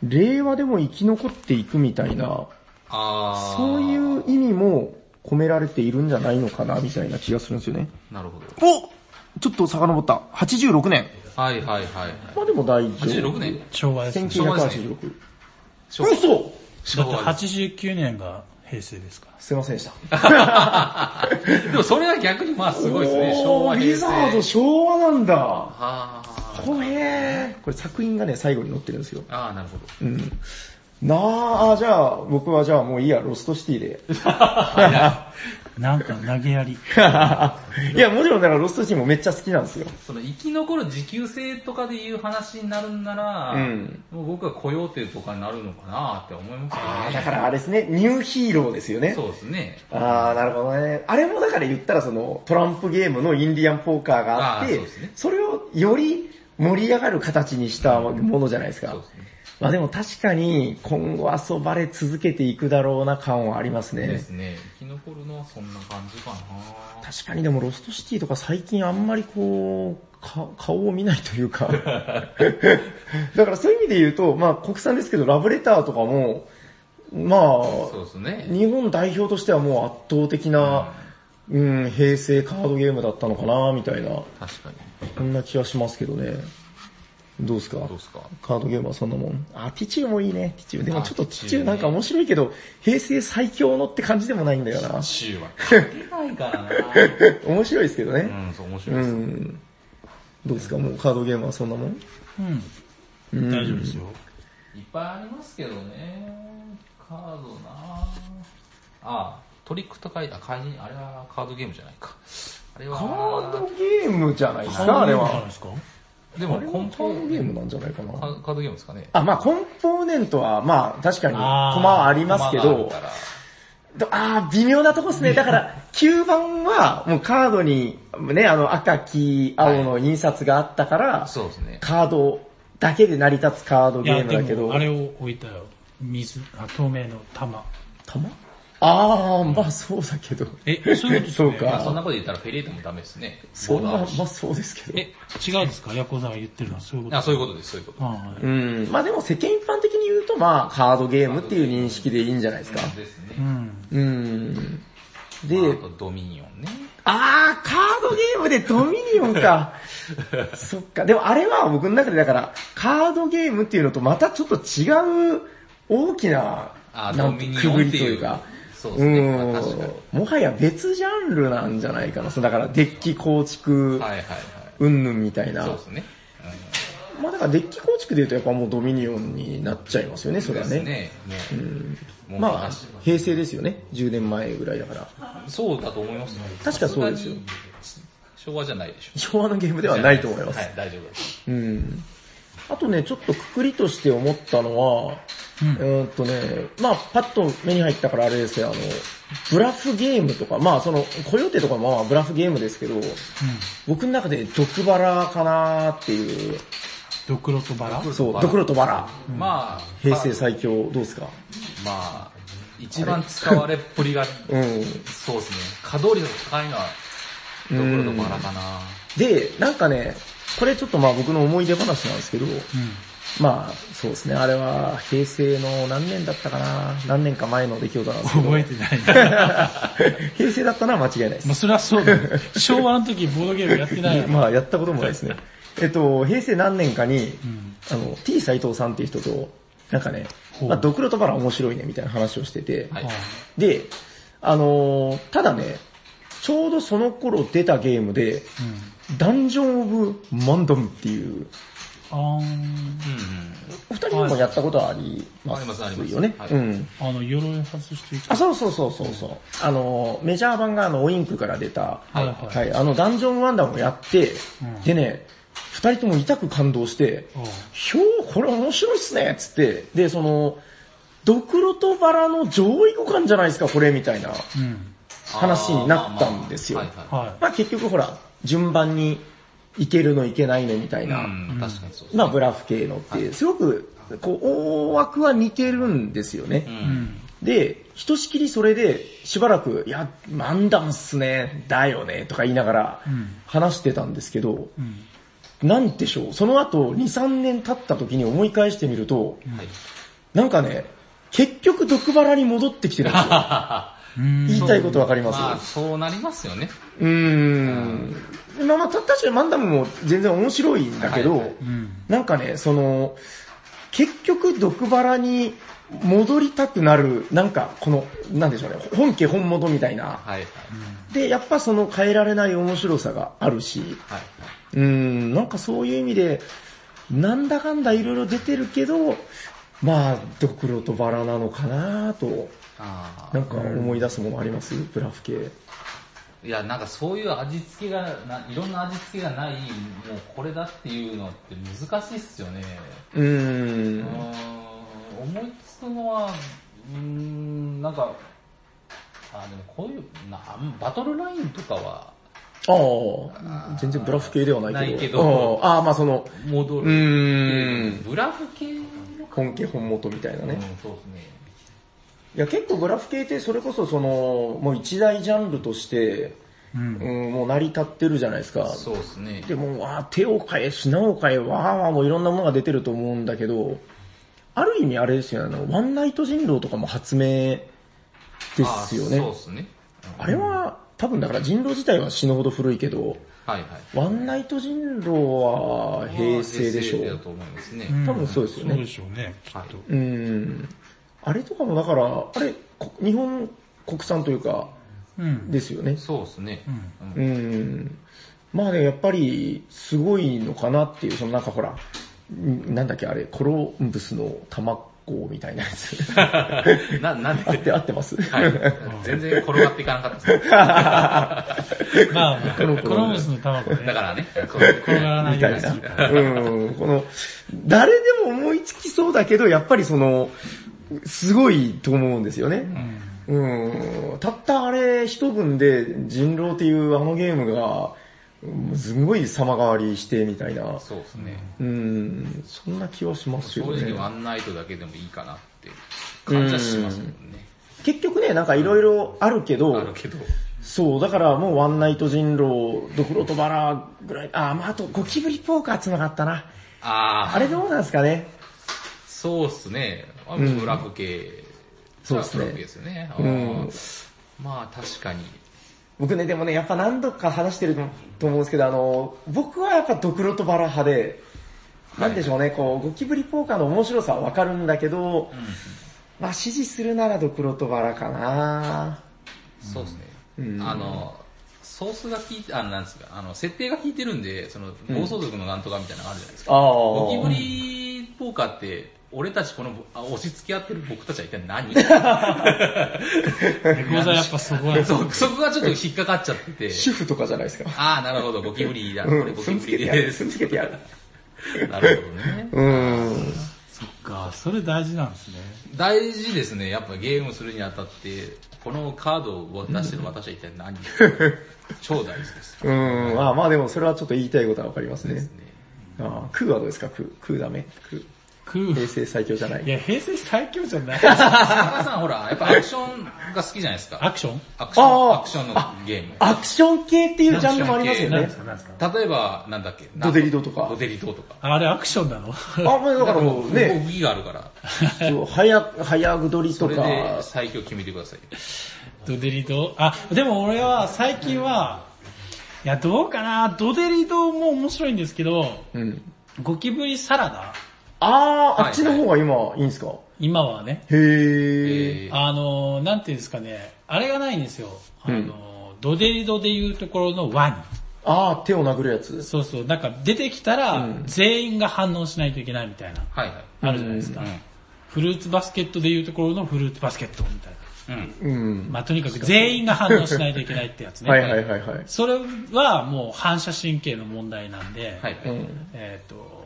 Speaker 2: 令和でも生き残っていくみたいな、
Speaker 3: ああ。
Speaker 2: そういう。意味も込められているんじゃないのかな、みたいな気がするんですよね。
Speaker 3: なるほど。
Speaker 2: おちょっと遡った。86年。
Speaker 3: はいはいはい。
Speaker 2: まあでも大丈夫。
Speaker 3: 86年
Speaker 1: 昭和ですね。
Speaker 2: 1986。
Speaker 3: 昭和
Speaker 2: 嘘
Speaker 1: だ
Speaker 3: 昭
Speaker 1: って
Speaker 3: 和で
Speaker 1: 89年が平成ですから。
Speaker 2: すいませんでした。
Speaker 3: す。でもそれは逆にまあすごいですね。昭
Speaker 2: お
Speaker 3: 和
Speaker 2: ーウィ
Speaker 3: 平成。
Speaker 2: ザード昭和なんだ。
Speaker 3: あー
Speaker 2: これ、これ作品がね、最後に載ってるんですよ。
Speaker 3: あー、なるほど。
Speaker 2: うん。なあ、あじゃあ、僕はじゃあも ういいや、ロストシティで。
Speaker 1: なんか投げやり。
Speaker 2: いや、もちろんだからロストシティもめっちゃ好きなんですよ。
Speaker 3: その生き残る持久性とかでいう話になるんなら、
Speaker 2: うん
Speaker 3: もう僕は雇用手とかになるのかなって思います
Speaker 2: ああ、
Speaker 3: よ
Speaker 2: だ
Speaker 3: ね。
Speaker 2: からあれですね、ニューヒーローですよね。
Speaker 3: そうですね。
Speaker 2: ああ、なるほどね。あれもだから言ったらそのトランプゲームのインディアンポーカーがあって、
Speaker 3: あーそ
Speaker 2: そう
Speaker 3: ですね
Speaker 2: れをより盛り上がる形にしたものじゃないですか。
Speaker 3: そうですね
Speaker 2: まあでも確かに今後遊ばれ続けていくだろうな感はあります
Speaker 3: で
Speaker 2: ね
Speaker 3: す。ね。生き残るのはそんな感じかな
Speaker 2: 確かにでもロストシティとか最近あんまりこう、か顔を見ないと いうか。だからそういう意味で言うと、まあ国産ですけどラブレターとかも、ま
Speaker 3: そう
Speaker 2: あ、
Speaker 3: ですね。
Speaker 2: 日本代表としてはもう圧倒的な、うん、平成カードゲームだったのかな、みたいな、
Speaker 3: 確かに。
Speaker 2: そんな気はしますけどね。どうですか
Speaker 3: どうですか
Speaker 2: カードゲームはそんなもん。あ、ティチューもいいね、ティチュー。でもちょっと
Speaker 3: あ
Speaker 2: ティ
Speaker 3: ティ
Speaker 2: チ
Speaker 3: チ
Speaker 2: ュ
Speaker 3: ュ
Speaker 2: ー
Speaker 3: ーね
Speaker 2: なんか面白いけど、平成最強のって感じでもないんだよな。
Speaker 3: 中は書けないからな
Speaker 2: 面白いですけどね。
Speaker 3: うん、そう、面白いうです。
Speaker 2: ん。どうですかもうカードゲームはそんなもん
Speaker 1: うん。大丈夫ですよ。
Speaker 3: いっぱいありますけどね。カードなああ、トリックとかい、あ、会に、あれはカードゲームじゃないか。あれは、
Speaker 2: カードゲームじゃないですか、あれは。
Speaker 3: で
Speaker 2: あ
Speaker 3: も
Speaker 2: れ
Speaker 3: コ
Speaker 2: も
Speaker 3: ン
Speaker 2: カード
Speaker 3: ポ、
Speaker 2: ゲームなんじゃないかな。
Speaker 3: カカードゲームですかね。
Speaker 2: あ、まあコンポーネントは、まあ確かに、コマはありますけど
Speaker 3: 駒があ、るから
Speaker 2: どあー、微妙なとこですね。だから、9番は、もうカードに、ね、あの赤、黄、青の印刷があったから、
Speaker 3: そうですね。
Speaker 2: カードだけで成り立つカード
Speaker 1: い
Speaker 2: ゲ
Speaker 1: や、
Speaker 2: ームだ
Speaker 1: で
Speaker 2: けど
Speaker 1: も、あ、れを置いたよ。水、あ透明の玉。
Speaker 2: 玉あー、まあそうだけど。
Speaker 1: え、そういうことです
Speaker 2: そ
Speaker 1: よ
Speaker 2: う
Speaker 1: ね。
Speaker 2: か
Speaker 3: まあ、そんなこと言ったらフェリートもダメですね。
Speaker 2: そんな、
Speaker 3: ボ
Speaker 2: ま
Speaker 3: ー
Speaker 2: あ
Speaker 3: ダー
Speaker 2: そうですけど。
Speaker 1: え、違うですかヤコウさんが言ってるのはそういうこと
Speaker 3: あ、そういうことです、そういうこと。
Speaker 1: ああ
Speaker 2: うん。まあでも世間一般的に言うと、まあカードゲームっていう認識でいいんじゃないですか。
Speaker 3: ですね。
Speaker 1: うん。
Speaker 2: うん。で、
Speaker 3: まああとドミニオンね。
Speaker 2: あー、カードゲームでドミニオン か。そっか。でもあれは僕の中でだから、カードゲームっていうのとまたちょっと違う大きな、
Speaker 3: あ
Speaker 2: な
Speaker 3: ド
Speaker 2: んて
Speaker 3: ミニオン
Speaker 2: くぐりというか。
Speaker 3: っていうそうですね
Speaker 2: ん
Speaker 3: まあ確かに
Speaker 2: もはや別ジャンルなんじゃないかな。そうだからデッキ構築、
Speaker 3: はいはいはい。
Speaker 2: うんぬんみたいな。
Speaker 3: そうですね。
Speaker 2: まあだからデッキ構築で言うとやっぱもうドミニオンになっちゃいますよね、それは
Speaker 3: で
Speaker 2: ね。
Speaker 3: すね。もう、もう
Speaker 2: まあ
Speaker 3: 話、
Speaker 2: 平成ですよね。10年前ぐらいだから。
Speaker 3: そうだと思いますね。
Speaker 2: 確かそうですよ
Speaker 3: さすがに。昭和じゃないでしょ。
Speaker 2: 昭和のゲームではないと思います
Speaker 3: は。い、大丈夫です。
Speaker 2: うん。あとね、ちょっとくくりとして思ったのは、うーんとね、まあパッと目に入ったからあれですけど、あの、ブラフゲームとか、まあその、コヨーテとかもまあブラフゲームですけど、僕の中で毒バラかなっていう、
Speaker 1: ドクロとバラ
Speaker 2: そう、ドクロとバラ。
Speaker 3: まあ、
Speaker 2: 平成最強、どうですか
Speaker 3: まあ、一番使われっぷりが、
Speaker 2: うん。
Speaker 3: そうですね。稼働率が高いのは、どころどころかな。
Speaker 2: で、なんかね、これちょっとまあ僕の思い出話なんですけど、まあそうですね、あれは平成の何年だったかな、何年か前の出来事なんですけど、
Speaker 1: 覚えて ない。
Speaker 2: 平成だったのは間違いないです
Speaker 1: まあ、。それはそうだよ。昭和の時ボードゲームやってないよ。
Speaker 2: まあやったこともないですね。えっと、平成何年かに、あの、T 斎藤さんっていう人と、なんかね、
Speaker 1: ほう
Speaker 2: まあ、ドクロとバラ面白いねみたいな話をしてて、
Speaker 3: はい
Speaker 1: ああ
Speaker 2: で、あのーただね、ちょうどその頃出たゲームで、ダンジョン・オブ・マンダムっていう、
Speaker 1: あ
Speaker 3: うん
Speaker 2: お二人もやったことはあります
Speaker 3: ありますあります
Speaker 2: よね。
Speaker 3: はい
Speaker 2: うん。
Speaker 1: ーあの、鎧外していく。
Speaker 2: あ、そうそうそうそうそう。あの、メジャー版があの、オインクから出
Speaker 1: は
Speaker 2: た、
Speaker 1: い
Speaker 2: はい、
Speaker 1: はい。
Speaker 2: あの、ダンジョンワンダーもやって、
Speaker 1: うん
Speaker 2: でね、二人とも痛く感動して、
Speaker 1: あ
Speaker 2: ひょー、これ面白いっすねっつって、で、その、ドクロとバラの上位互換じゃないですか、これ、みたいな
Speaker 1: あうん。
Speaker 2: 話になったんですよ。
Speaker 3: あー
Speaker 2: ま
Speaker 3: まあまあはいは
Speaker 1: は
Speaker 2: あ結局ほら、順番にいけるのいけないのみたい
Speaker 3: い。
Speaker 2: な、
Speaker 3: うん、確かにそうですね
Speaker 2: まあブラフ系のって、すごく、こう、大枠は似てるんですよね。
Speaker 3: うん。
Speaker 2: で、ひとしきりそれで、しばらく、いや、漫談っすね、だよね、とか言いながら
Speaker 1: ん、
Speaker 2: 話してたんですけど、
Speaker 1: うん。
Speaker 2: なんでしょう、その後、2、3年経った時に思い返してみると、
Speaker 3: はい。
Speaker 2: なんかね、結局、毒バラに戻ってきてるん ですよ。
Speaker 1: うん
Speaker 2: 言いたいことわかり
Speaker 3: まあ、
Speaker 2: ます
Speaker 3: そうなりますよね。
Speaker 2: うーん。まあまあ、た確かにマンダムも全然面白いんだけど、
Speaker 3: はいはい
Speaker 1: うん。
Speaker 2: なんかね、その、結局、毒バラに戻りたくなる、なんか、この、なんでしょうね、本家本元みたいな、
Speaker 3: はいはい。
Speaker 2: で、やっぱその変えられない面白さがあるし、
Speaker 3: はい。
Speaker 2: うーん、なんかそういう意味で、なんだかんだいろいろ出てるけど、まあ、ドクロとバラなのかなと、
Speaker 3: あ
Speaker 2: なんか思い出すものありますブラフ系。
Speaker 3: ーいや、なんかそういう味付けがな、いろんな味付けがない、もうこれだっていうのって難しいっすよね。
Speaker 2: う
Speaker 3: う
Speaker 2: ー
Speaker 3: ー
Speaker 2: ん。
Speaker 3: ん、思いつくのは、うーん、なんか、あー、でもこういう、なバトルラインとかは
Speaker 2: ああ、全然ブラフ系ではないけど。
Speaker 3: ないけど
Speaker 2: あーあー、まあその、
Speaker 3: 戻
Speaker 2: う
Speaker 3: る。
Speaker 2: ーん。
Speaker 3: ブラフ系の
Speaker 2: 本家本元みたいな
Speaker 3: うん、そう
Speaker 2: ね
Speaker 3: で。すね。
Speaker 2: いや、結構ブラフ系ってそれこそその、もう一大ジャンルとして、
Speaker 1: うん。
Speaker 2: うん、もう成り立ってるじゃないですか。
Speaker 3: そうですね。
Speaker 2: でも、あー手を変え、品を変え、わーわーもういろんなものが出てると思うんだけど、ある意味あれですよね、あの、ワンナイト人狼とかも発明ですよ
Speaker 3: あーそう
Speaker 2: ね
Speaker 3: で。すね。
Speaker 2: あれは、多分だから人狼自体は死ぬほど古いけど、
Speaker 3: はいはい。
Speaker 2: ワンナイト人狼は平成でしょ
Speaker 3: 平成だ
Speaker 2: う。
Speaker 3: と思いますね。
Speaker 1: ん
Speaker 2: 多分そうで
Speaker 1: そ
Speaker 2: すよ
Speaker 1: うで
Speaker 2: ね。
Speaker 1: しょうね、きっと。
Speaker 2: うん。あれとかもだから、あれ、こ日本国産というか、
Speaker 1: うん。
Speaker 2: ですよね。
Speaker 3: そうですね。うん
Speaker 2: うん。まあね、やっぱり、すごいのかなっていう、そのなんかほら、んなんだっけあれ、コロンブスの卵行みたいなやつ。
Speaker 3: な、なん
Speaker 2: 合っ
Speaker 3: で
Speaker 2: て、合ってます
Speaker 3: はい。全然転がっていかなかったですね。
Speaker 1: まあ、
Speaker 2: コロコ
Speaker 1: コ
Speaker 2: ロ
Speaker 1: ロムスの卵ね。
Speaker 3: だからね、そう
Speaker 1: 転がらない
Speaker 2: み
Speaker 1: よ
Speaker 2: た
Speaker 1: う
Speaker 2: い
Speaker 1: に
Speaker 2: な。うん。この、誰でも思いつきそうだけど、やっぱりその、すごいと思うんですよね。うん。たったあれ一文で、人狼っていうあのゲームが、うんすごい様変わりしてみたいな。
Speaker 3: そうですね。
Speaker 2: うん。そんな気はします
Speaker 3: 正
Speaker 2: よね。
Speaker 3: 直ワンナイトだけでもいいかなって感じはしますもんね。
Speaker 2: 結局ね、なんかいろいろあるけど、
Speaker 3: あるけど。
Speaker 2: そう、だからもうワンナイト人狼、ドクロとバラぐらい、あ、まああとゴキブリポーカーつながったな。
Speaker 3: あ
Speaker 2: あ
Speaker 3: ー、
Speaker 2: れどうなんですかね
Speaker 3: そうっすね。あブラック系。
Speaker 2: そうっすね
Speaker 3: ブラック系ですよね。あ
Speaker 2: うん
Speaker 3: ーまあ確かに。
Speaker 2: 僕ね、でもね、やっぱ何度か話してると思うんですけど、あの、僕はやっぱドクロとバラ派で、なんでしょうね、こう、ゴキブリポーカーの面白さはわかるんだけど、まあ支持するならドクロとバラかな
Speaker 3: そうですね。
Speaker 2: うん
Speaker 3: あの、ソースが効いて、あ、なんですか、あの、設定が効いてるんで、その、暴走族のなんとかみたいなのあるじゃないですか。
Speaker 2: ああ。
Speaker 3: ゴキブリポーカーって、俺たちこの、あ押し付け合ってる僕たちは一 体何そ
Speaker 1: レコードはやっぱそこは。
Speaker 3: うそこがちょっと引っかかっちゃって て。
Speaker 2: 主婦とかじゃないですか。
Speaker 3: ああ、なるほど、ゴキブリだ。こ
Speaker 2: う
Speaker 3: れ
Speaker 2: ん、
Speaker 3: ゴ
Speaker 2: 踏
Speaker 3: キ
Speaker 2: ん
Speaker 3: ブ
Speaker 2: つけて
Speaker 3: リ
Speaker 2: やる。
Speaker 3: で
Speaker 2: 踏
Speaker 3: す
Speaker 2: ん。つけてやる。
Speaker 3: なるほどね。
Speaker 2: うん。
Speaker 1: そっか、それ大事なんですね。
Speaker 3: 大事ですね、やっぱゲームするにあたって、このカードを出してる私は一体 何超大事です。
Speaker 2: うん、まあまあでもそれはちょっと言いたいことはわかりますね
Speaker 3: ね。
Speaker 2: ああ、クーはどうですかクー、クーダメクー。
Speaker 1: 食う。
Speaker 2: 平成最強じゃない
Speaker 1: い。や、平成最強じゃない。
Speaker 3: 田中さんほら、やっぱアクションが好きじゃないですか。
Speaker 1: アクション
Speaker 3: アクショ
Speaker 2: あー
Speaker 3: ン、アクションのゲーム。
Speaker 2: アクション系っていうジャンルもありますよ
Speaker 1: 何
Speaker 2: ね
Speaker 1: です。か何ですか
Speaker 3: 例えば、なんだっけ
Speaker 2: ドデリドとか
Speaker 3: ドデリドとか。
Speaker 1: あれアクションなの
Speaker 2: あ、まあだからもうね、
Speaker 3: 動きがあるから、
Speaker 2: そう早、早ぐどり
Speaker 3: そ
Speaker 2: と
Speaker 3: れ
Speaker 2: か、
Speaker 3: で最強決めてください。
Speaker 1: ドデリドあ、でも俺は最近は、いや、どうかなドデリドも面白いんですけど、
Speaker 2: うん。
Speaker 1: ゴキブリサラダ
Speaker 2: あー、
Speaker 3: はい
Speaker 2: あっちの方が今いいんですか
Speaker 1: 今はね、
Speaker 2: へー。
Speaker 3: えー
Speaker 1: あのー、なんていうんですかね、あれがないんですよ。あのー、ドデリドでいうところのワニ。
Speaker 2: あー、手を殴るやつ。
Speaker 1: そうそう、なんか出てきたら
Speaker 2: ん
Speaker 1: 全員が反応しないといけないみたいな、
Speaker 3: はいはい。
Speaker 1: あるじゃないですか。フルーツバスケットでいうところのフルーツバスケットみたいな。
Speaker 3: うん。
Speaker 2: うん。
Speaker 1: まあとにかく全員が反応しないといけないってやつね。
Speaker 2: はいはいはいはい。
Speaker 1: それはもう反射神経の問題なんで、
Speaker 3: はいは
Speaker 2: う
Speaker 3: い。
Speaker 2: ん。
Speaker 1: えっ、と、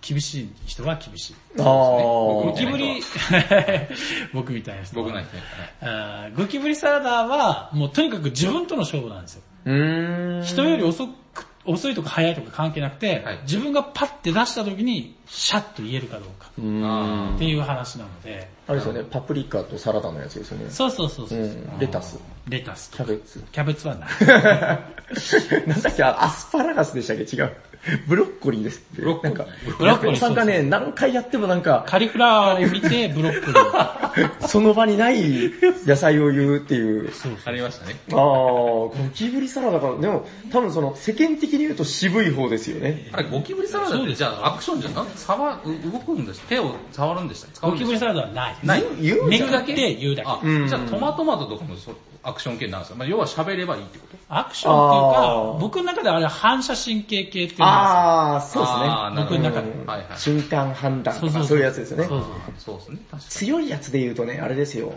Speaker 1: 厳しい人は厳しい。
Speaker 2: あ
Speaker 1: ゴ
Speaker 2: ー
Speaker 1: キブリ、 僕みたいな人は。
Speaker 3: 僕ないですね。
Speaker 1: あーゴキブリサラダは、もうとにかく自分との勝負なんですよ。
Speaker 2: うーん。
Speaker 1: 人より遅く、遅いとか早いとか関係なくて、
Speaker 3: はい
Speaker 1: 自分がパッて出した時に、シャッと言えるかどうか
Speaker 2: うーん。
Speaker 3: あ
Speaker 1: っていう話なので、
Speaker 2: あれですよね、パプリカとサラダのやつですよね。
Speaker 1: そうそうそうそうう、
Speaker 2: ん。レタス。
Speaker 1: レタスと
Speaker 2: キャベツ。
Speaker 1: キャベツはない。
Speaker 2: なんだっけ、あアスパラガスでしたっけ違う。ブロッコリーですって。
Speaker 3: ブロッコリー
Speaker 2: なんか
Speaker 1: ブロッコリー
Speaker 2: お客さんがね、何回やってもなんか、
Speaker 1: カリフラワーを見て、ブロッコ リー。
Speaker 2: その場にない野菜を言うっていう。
Speaker 3: あ。ありましたね。
Speaker 2: ああ、ゴキブリサラダから、でも多分その世間的に言うと渋い方ですよね。
Speaker 3: あれ、ゴキブリサラダって、じゃあアクションじゃなく触、う動くんだし、手を触るんでした使う
Speaker 1: ゴ
Speaker 3: ん
Speaker 1: キ
Speaker 3: で
Speaker 1: ブリ
Speaker 3: し
Speaker 1: サ
Speaker 3: た
Speaker 1: ラダはない。
Speaker 3: ない
Speaker 2: 言う
Speaker 1: め
Speaker 2: 言
Speaker 1: く
Speaker 2: う
Speaker 1: だけで言うだけ。
Speaker 3: あ、
Speaker 2: うん
Speaker 3: じゃあトマトマトとかもそうアクション系なんですかまあ、要は喋ればいいってこと
Speaker 1: アクションっていう
Speaker 2: あ
Speaker 1: か
Speaker 2: ー、
Speaker 1: 僕の中ではあれは反射神経系っていうんですよ
Speaker 2: ああ、そうです
Speaker 3: あーなるほど
Speaker 1: 僕の中で
Speaker 2: うん
Speaker 3: はいはい。
Speaker 2: ね。瞬間判断
Speaker 1: そ
Speaker 2: と
Speaker 1: うそうそ
Speaker 2: か
Speaker 1: う
Speaker 2: そういうやつですよね
Speaker 1: そ。うそう。
Speaker 3: そうですね、確か
Speaker 2: 強いやつで言うとね、あれですよ。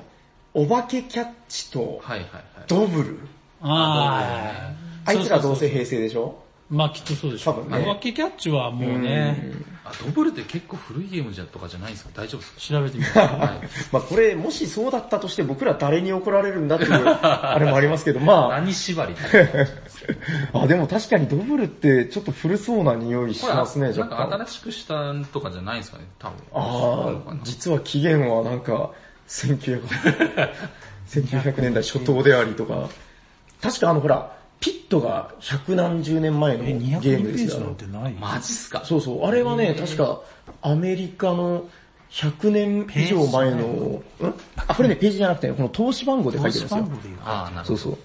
Speaker 2: お化けキャッチと
Speaker 3: に。はいはいはい。
Speaker 2: ドブル。
Speaker 1: ああ。
Speaker 2: あいつらどう
Speaker 1: そ
Speaker 2: せ平成でしょ
Speaker 1: そまあきっとそうでしょう。
Speaker 2: 多分ね
Speaker 1: お化けキャッチはもうね、
Speaker 3: あ、ドブルって結構古いゲームじゃとかじゃないんですか大丈夫ですか
Speaker 1: 調べてみた。
Speaker 3: はい
Speaker 2: まあこれ、もしそうだったとして僕ら誰に怒られるんだっていう、あれもありますけど、ま
Speaker 3: 何縛りこ
Speaker 2: あ、あ、でも確かにドブルってちょっと古そうな匂いし
Speaker 3: れ、
Speaker 2: ますね、
Speaker 3: なん
Speaker 2: 若
Speaker 3: か
Speaker 2: 干。
Speaker 3: 新しくしたとかじゃないんですかね多分。そうな
Speaker 2: あ
Speaker 3: のか
Speaker 2: あ
Speaker 3: な、
Speaker 2: 実は期限はなんか、1900 1900年代初頭でありとか、確かあのほら、ピットが百何十年前のゲ
Speaker 1: 202
Speaker 2: ーム
Speaker 1: ペ
Speaker 2: で
Speaker 1: ー
Speaker 2: す
Speaker 1: ジ
Speaker 2: よ
Speaker 1: なんてない
Speaker 3: マジっすか
Speaker 2: そうそう、あれはね、確かアメリカの100年以上前の、んあ、これね、ページじゃなくて、この投資番号で書いてるんですよ。
Speaker 1: で言う
Speaker 3: ああ、なる
Speaker 2: そ
Speaker 3: ほ
Speaker 2: う
Speaker 3: ど。
Speaker 2: そう。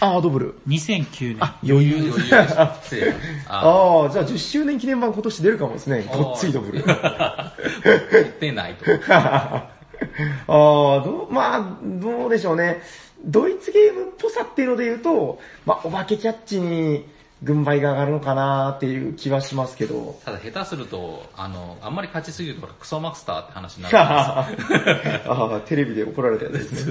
Speaker 2: あー、ドブル。
Speaker 1: 2009年。
Speaker 2: 余裕
Speaker 3: 余裕でした失礼あ
Speaker 2: ああ、じゃあ10周年記念版今年出るかもですね。ごっついドブル。
Speaker 3: ー、持ってないと。
Speaker 2: ああ、どう、まあ、どうでしょうね。ドイツゲームっぽさっていうので言うと、まあ、お化けキャッチに、軍配が上がるのかなっていう気はしますけど。
Speaker 3: ただ下手すると、あの、あんまり勝ちすぎるとほらクソマスターって話になるんです
Speaker 2: ああ、テレビで怒られたやつです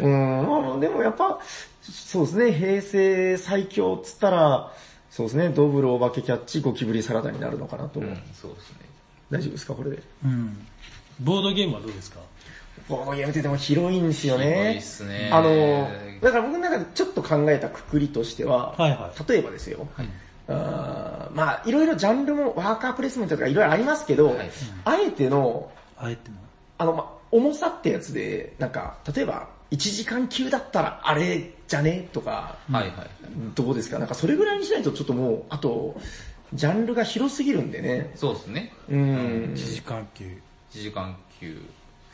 Speaker 2: ね。うん、でもやっぱ、そうですね、平成最強っつったら、そうですね、ドブルお化けキャッチ、ゴキブリサラダになるのかな と。
Speaker 3: うん、そうですね。
Speaker 2: 大丈夫ですか、これで。
Speaker 1: うん。ボードゲームはどうですか
Speaker 2: ボードゲームってでも広いんですよね。
Speaker 3: 広いっすね
Speaker 2: あの、だから僕の中でちょっと考えたくくりとしては、
Speaker 1: はいは
Speaker 2: 例えばですよ、あーまあいろいろジャンルもワーカープレイスメントとかいろいろありますけど、
Speaker 3: はい
Speaker 2: あえての、
Speaker 1: あえても。
Speaker 2: あの、ま、重さってやつで、なんか、例えば、1時間級だったらあれじゃねとか、
Speaker 3: はいはい。
Speaker 2: どうですかなんかそれぐらいにしないとちょっともう、あと、ジャンルが広すぎるんでね。
Speaker 3: そうですね。
Speaker 2: うん。
Speaker 1: 1時間級。
Speaker 3: 1時間級。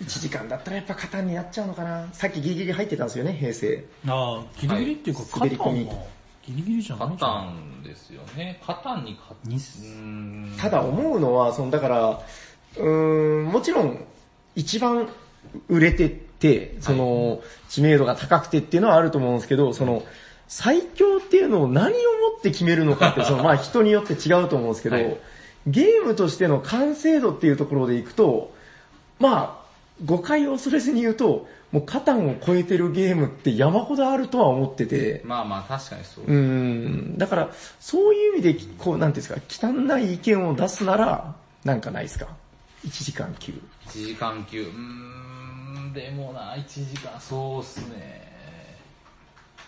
Speaker 2: 1時間だったらやっぱ肩になっちゃうのかなさっきギリギリ入ってたんですよね、平成。
Speaker 1: ああ、ギリギリっていうか、
Speaker 2: はい滑
Speaker 1: カ
Speaker 2: り
Speaker 1: タ
Speaker 2: 込み
Speaker 1: ンはギリギリじゃな
Speaker 3: カ
Speaker 1: いじ
Speaker 3: タ
Speaker 1: ゃん。
Speaker 3: ンですよね。カタンに勝
Speaker 1: に
Speaker 3: うーん。
Speaker 2: ただ思うのは、そのだから、うーん、もちろん、一番売れてって、その、知名度が高くてっていうのはあると思うんですけど、その、最強っていうのを何をもって決めるのか って、その、まあ人によって違うと思うんですけど、
Speaker 3: はい
Speaker 2: ゲームとしての完成度っていうところでいくと、まあ、誤解を恐れずに言うと、もうカタンを超えてるゲームって山ほどあるとは思ってて、
Speaker 3: まあまあ確かにそう。
Speaker 2: うん、だから、そういう意味で、こう、なんていうんですか、汚い意見を出すなら、なんかないですか ?1 時間級。
Speaker 3: 1時間級。うーん、でもな、1時間、そうっすね。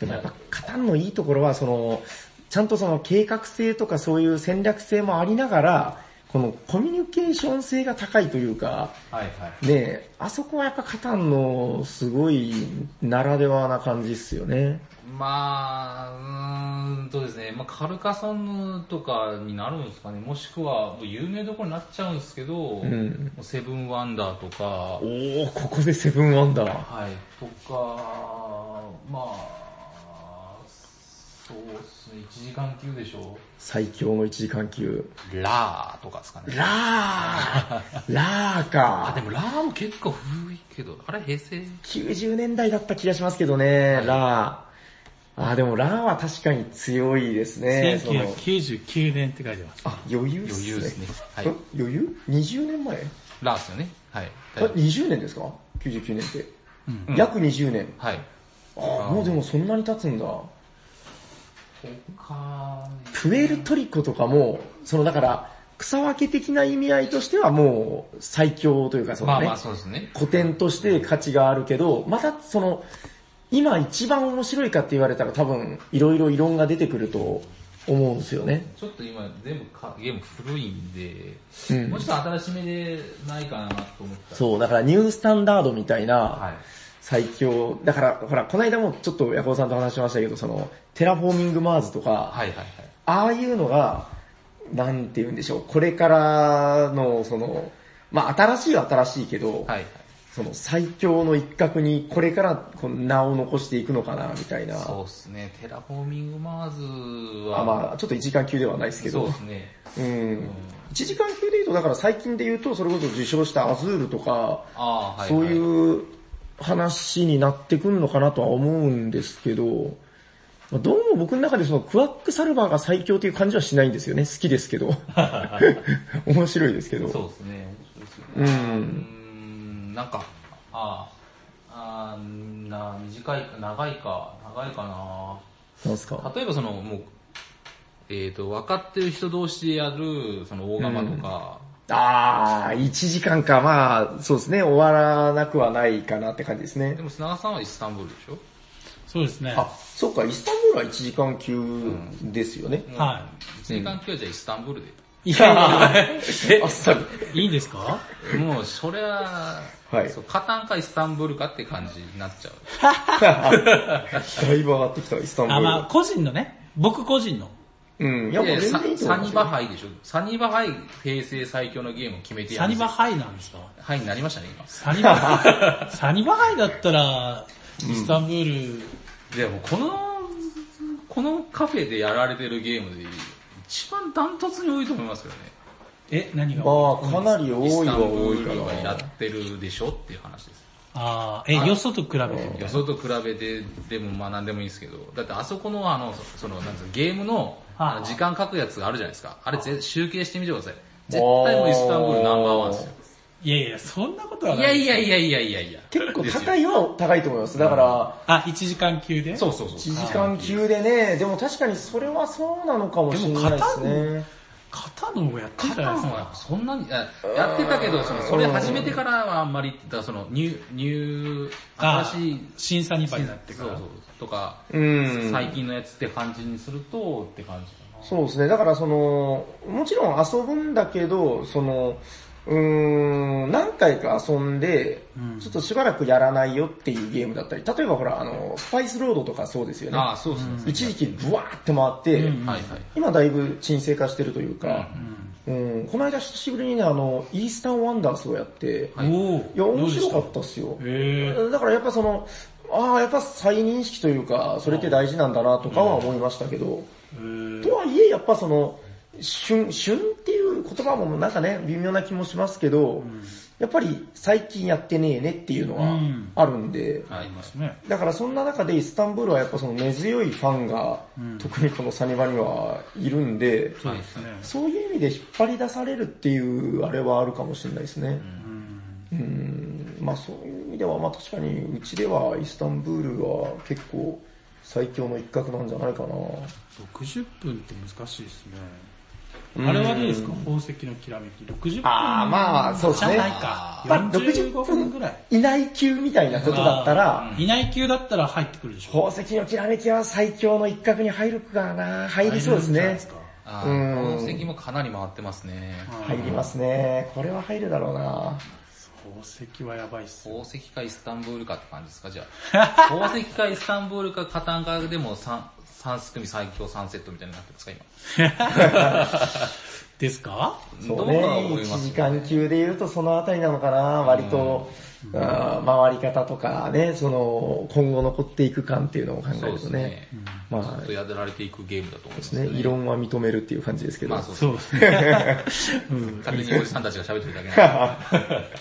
Speaker 2: でもやっぱ、カタンのいいところは、その、ちゃんとその計画性とかそういう戦略性もありながら、このコミュニケーション性が高いというか、
Speaker 3: はいはい。
Speaker 2: ねえあそこはやっぱカタンのすごいならではな感じっすよね。
Speaker 3: まあ、うーんとですね、まあ、カルカソンヌとかになるんですかね、もしくは、もう有名どころになっちゃうんですけど、
Speaker 2: ん
Speaker 3: セブンワンダーとか、
Speaker 2: おー、ここでセブンワンダー。
Speaker 3: はい、とか、まあ、そうですね、1時間級でしょ
Speaker 2: 最強の1時間級。
Speaker 3: う。ラーとかですかね。
Speaker 2: ラーラーか。
Speaker 3: あ、 でもラーも結構古いけど、あれ平成
Speaker 2: 90年代だった気がしますけどね、ラー。あー、でもラーは確かに強いですね。その
Speaker 1: 1999年って書いてます。
Speaker 2: あ、余裕っすね。
Speaker 3: 余裕ですねはい
Speaker 2: ん余裕 ?20 年前
Speaker 3: ラーですよね。はい。
Speaker 2: あ、20年ですか ?99 年って。
Speaker 3: うん
Speaker 2: 約20年。
Speaker 3: はい。
Speaker 2: あーもうでもそんなに経つんだ。
Speaker 3: 他、
Speaker 2: プエルトリコとかも、そのだから、草分け的な意味合いとしてはもう最強というかそ
Speaker 3: ま
Speaker 2: の
Speaker 3: あ
Speaker 2: ね、
Speaker 3: まあそうですね。
Speaker 2: 古典として価値があるけど、またその、今一番面白いかって言われたら多分、いろいろ異論が出てくると思うんですよね。
Speaker 3: ちょっと今全部かゲーム古いんで、
Speaker 2: うん
Speaker 3: もうちょっと新しめでないかなと思ったら。
Speaker 2: そう、だからニュースタンダードみたい
Speaker 3: は。
Speaker 2: ない最強、だからほら、この間もちょっとヤコウさんと話しましたけど、その、テラフォーミングマーズとか、
Speaker 3: はいはいはい。
Speaker 2: ああいうのが、なんて言うんでしょう、これからのその、まあ新しいは新しいけど、
Speaker 3: はいはい。
Speaker 2: その最強の一角にこれからこう名を残していくのかな、みたいな。
Speaker 3: そうですね。テラフォーミングマーズは、
Speaker 2: あまあちょっと1時間級ではないですけ
Speaker 3: そう
Speaker 2: ど
Speaker 3: で。すね。
Speaker 2: うん。1時間級で言うと、だから最近で言うと、それこそ受賞したアズールとか、
Speaker 3: ああ、はい、はい。
Speaker 2: そう
Speaker 3: う。
Speaker 2: いう話になってくるのかなとは思うんですけど、まあどうも僕の中でそのクワックサルバーが最強という感じはしないんですよね。好きです けど。面白いですけ
Speaker 3: そう
Speaker 2: ど。
Speaker 3: ですね。面白いですね
Speaker 2: う。
Speaker 3: うんん、なんか、ああ、あーな、短いか、長いか、長いかな。
Speaker 2: なんすか
Speaker 3: 例えばその、もう、えっ、と、分かってる人同士でやる、その大釜とか、
Speaker 2: あー、1時間か、まあ、そうですね、終わらなくはないかなって感じですね
Speaker 3: で。も砂川さんはイスタンブールでしょ
Speaker 1: そうですね。
Speaker 2: あ、そうか、イスタンブールは1時間級ですよね。
Speaker 1: は
Speaker 3: 1時間級はじゃあイスタンブールで。
Speaker 1: い。いや、
Speaker 2: あっ さり。
Speaker 1: いいんですか
Speaker 3: もう、それは、
Speaker 2: はい
Speaker 3: そう、カタンかイスタンブールかって感じになっちゃう。
Speaker 2: だいぶ上がってきた、イスタンブー
Speaker 1: あ、
Speaker 2: ル。
Speaker 1: まあ個人のね、僕個人の。
Speaker 2: うん、いやもう
Speaker 3: で
Speaker 2: 全
Speaker 3: サ
Speaker 2: 然いいと
Speaker 3: サ
Speaker 2: 思いま
Speaker 3: ニ
Speaker 2: す
Speaker 3: バ
Speaker 2: よ。
Speaker 3: ハイでしょサニバハイ、平成最強のゲームを決めてや
Speaker 1: サ
Speaker 3: る。
Speaker 1: ニバハイなんですか
Speaker 3: ハイになりましたね、今。
Speaker 1: サニバ ハイ、サニバハイだったら、イスタンブール、
Speaker 3: でも、この、このカフェでやられてるゲームで、一番ダントツに多いと思いますけどね。
Speaker 1: え、何が
Speaker 2: まあ、かなり
Speaker 3: イ
Speaker 2: 多
Speaker 3: ス
Speaker 2: い
Speaker 3: タ
Speaker 2: は
Speaker 3: ンブ
Speaker 2: 多い
Speaker 3: ールが
Speaker 2: か
Speaker 3: や
Speaker 2: な。
Speaker 3: ってるでしょっていう話です。
Speaker 1: ああ、え、よそと比べてみ
Speaker 3: よそと比べてでもまあ何でもいいですけど、だってあそこのあの、そその、なんつうの、ゲームの
Speaker 1: はい
Speaker 3: あの時間書くやつがあるじゃないですか。あれぜ集計してみてください。絶対もうイスタンブールナンバーワンですよ。
Speaker 1: いやいや、そんなことはいな
Speaker 3: や
Speaker 1: い。
Speaker 3: いやいやいやいやいや。
Speaker 2: 結構
Speaker 3: ですよ
Speaker 2: 高いは高いと思います。だから、
Speaker 1: あ、1時間級で
Speaker 3: そうそうそう。
Speaker 2: 1時間級でね、でも確かにそれはそうなのかもしれないですね。
Speaker 1: 肩の方やってた
Speaker 3: 肩
Speaker 1: じゃないですか。
Speaker 3: はそんなに、あやってたけど、その、それ始めてからはあんまりって言ったら、その、入、入、新
Speaker 1: あ
Speaker 3: しい、
Speaker 1: 審査2倍になってか
Speaker 3: そう
Speaker 1: ら
Speaker 3: そう。。とか、
Speaker 2: うん。
Speaker 3: 最近のやつって感じにすると、って感じかな。
Speaker 2: そうですね。だからその、もちろん遊ぶんだけど、その、うーん、何回か遊んで、
Speaker 1: うん
Speaker 2: ちょっとしばらくやらないよっていうゲームだったり、例えばほら、あの、スパイスロードとかそうですよね。
Speaker 3: ああ、そうですね。
Speaker 2: 一時期ブワーって回って、
Speaker 1: うん
Speaker 3: はいはい。
Speaker 2: 今だいぶ沈静化してるというか、
Speaker 1: うん
Speaker 2: うん、この間久しぶりにね、あの、イースタンワンダースをやって、
Speaker 3: はい
Speaker 1: お
Speaker 2: いや、
Speaker 1: ー
Speaker 2: 面白かったっすよ。
Speaker 1: へ
Speaker 2: だからやっぱその、ああ、やっぱ再認識というか、それって大事なんだなとかは思いましたけど、
Speaker 1: ー
Speaker 2: とはいえやっぱその、旬、旬っていう言葉もなんかね、微妙な気もしますけど、やっぱり最近やってねえねっていうのは
Speaker 1: うん
Speaker 2: あるんで、
Speaker 3: はい。
Speaker 1: ね。
Speaker 2: だからそんな中でイスタンブールはやっぱその根強いファンが、
Speaker 1: うん
Speaker 2: 特にこのサニバにはいるんで、
Speaker 1: そうですね。
Speaker 2: そういう意味で引っ張り出されるっていうあれはあるかもしれないですね。
Speaker 1: うん
Speaker 2: うん、まあそういう意味では、まあ確かにうちではイスタンブールは結構最強の一角なんじゃないかな。
Speaker 1: 60分って難しいですね。あれはどうですか
Speaker 2: うん
Speaker 1: 宝石のきらめき。60分。
Speaker 2: ああ、まあそうですね。
Speaker 1: じゃないか。
Speaker 2: まあ
Speaker 1: 45分ぐらい。
Speaker 2: いない級みたいなことだったら、
Speaker 1: いない級だったら入ってくるでしょ。
Speaker 2: 宝石のきらめきは最強の一角に入るかな。入りそうですね。
Speaker 3: あ
Speaker 2: うん
Speaker 3: ー宝石もかなり回ってますね。
Speaker 2: 入りますね。これは入るだろうな。
Speaker 1: 宝石はやばいっすよ。
Speaker 3: 宝石かイスタンブールかって感じですか、じゃあ。宝石かイスタンブールかカタンかでも三三組最強3セットみたいになってますか、
Speaker 1: ですか
Speaker 3: 今。
Speaker 2: そう
Speaker 3: どうかは
Speaker 2: ね。
Speaker 3: 思いま
Speaker 2: 1
Speaker 3: す
Speaker 2: 時
Speaker 3: よね
Speaker 2: 間級で言うとそのあたりなのかな。割と、あー回り方とかね、その、今後残っていく感っていうのを考え
Speaker 3: そう
Speaker 2: る
Speaker 3: で
Speaker 2: と
Speaker 3: す
Speaker 2: ね
Speaker 3: ね。。
Speaker 2: ま
Speaker 3: ずっとやられていくゲームだと思いま
Speaker 2: あ、
Speaker 3: す
Speaker 2: ね、
Speaker 3: ね。
Speaker 2: 異論は認めるっていう感じですけど。
Speaker 3: まあそうです
Speaker 1: そ
Speaker 3: ね。
Speaker 1: うですね。うん
Speaker 3: 勝手におじさんたちが喋ってるだけなんで。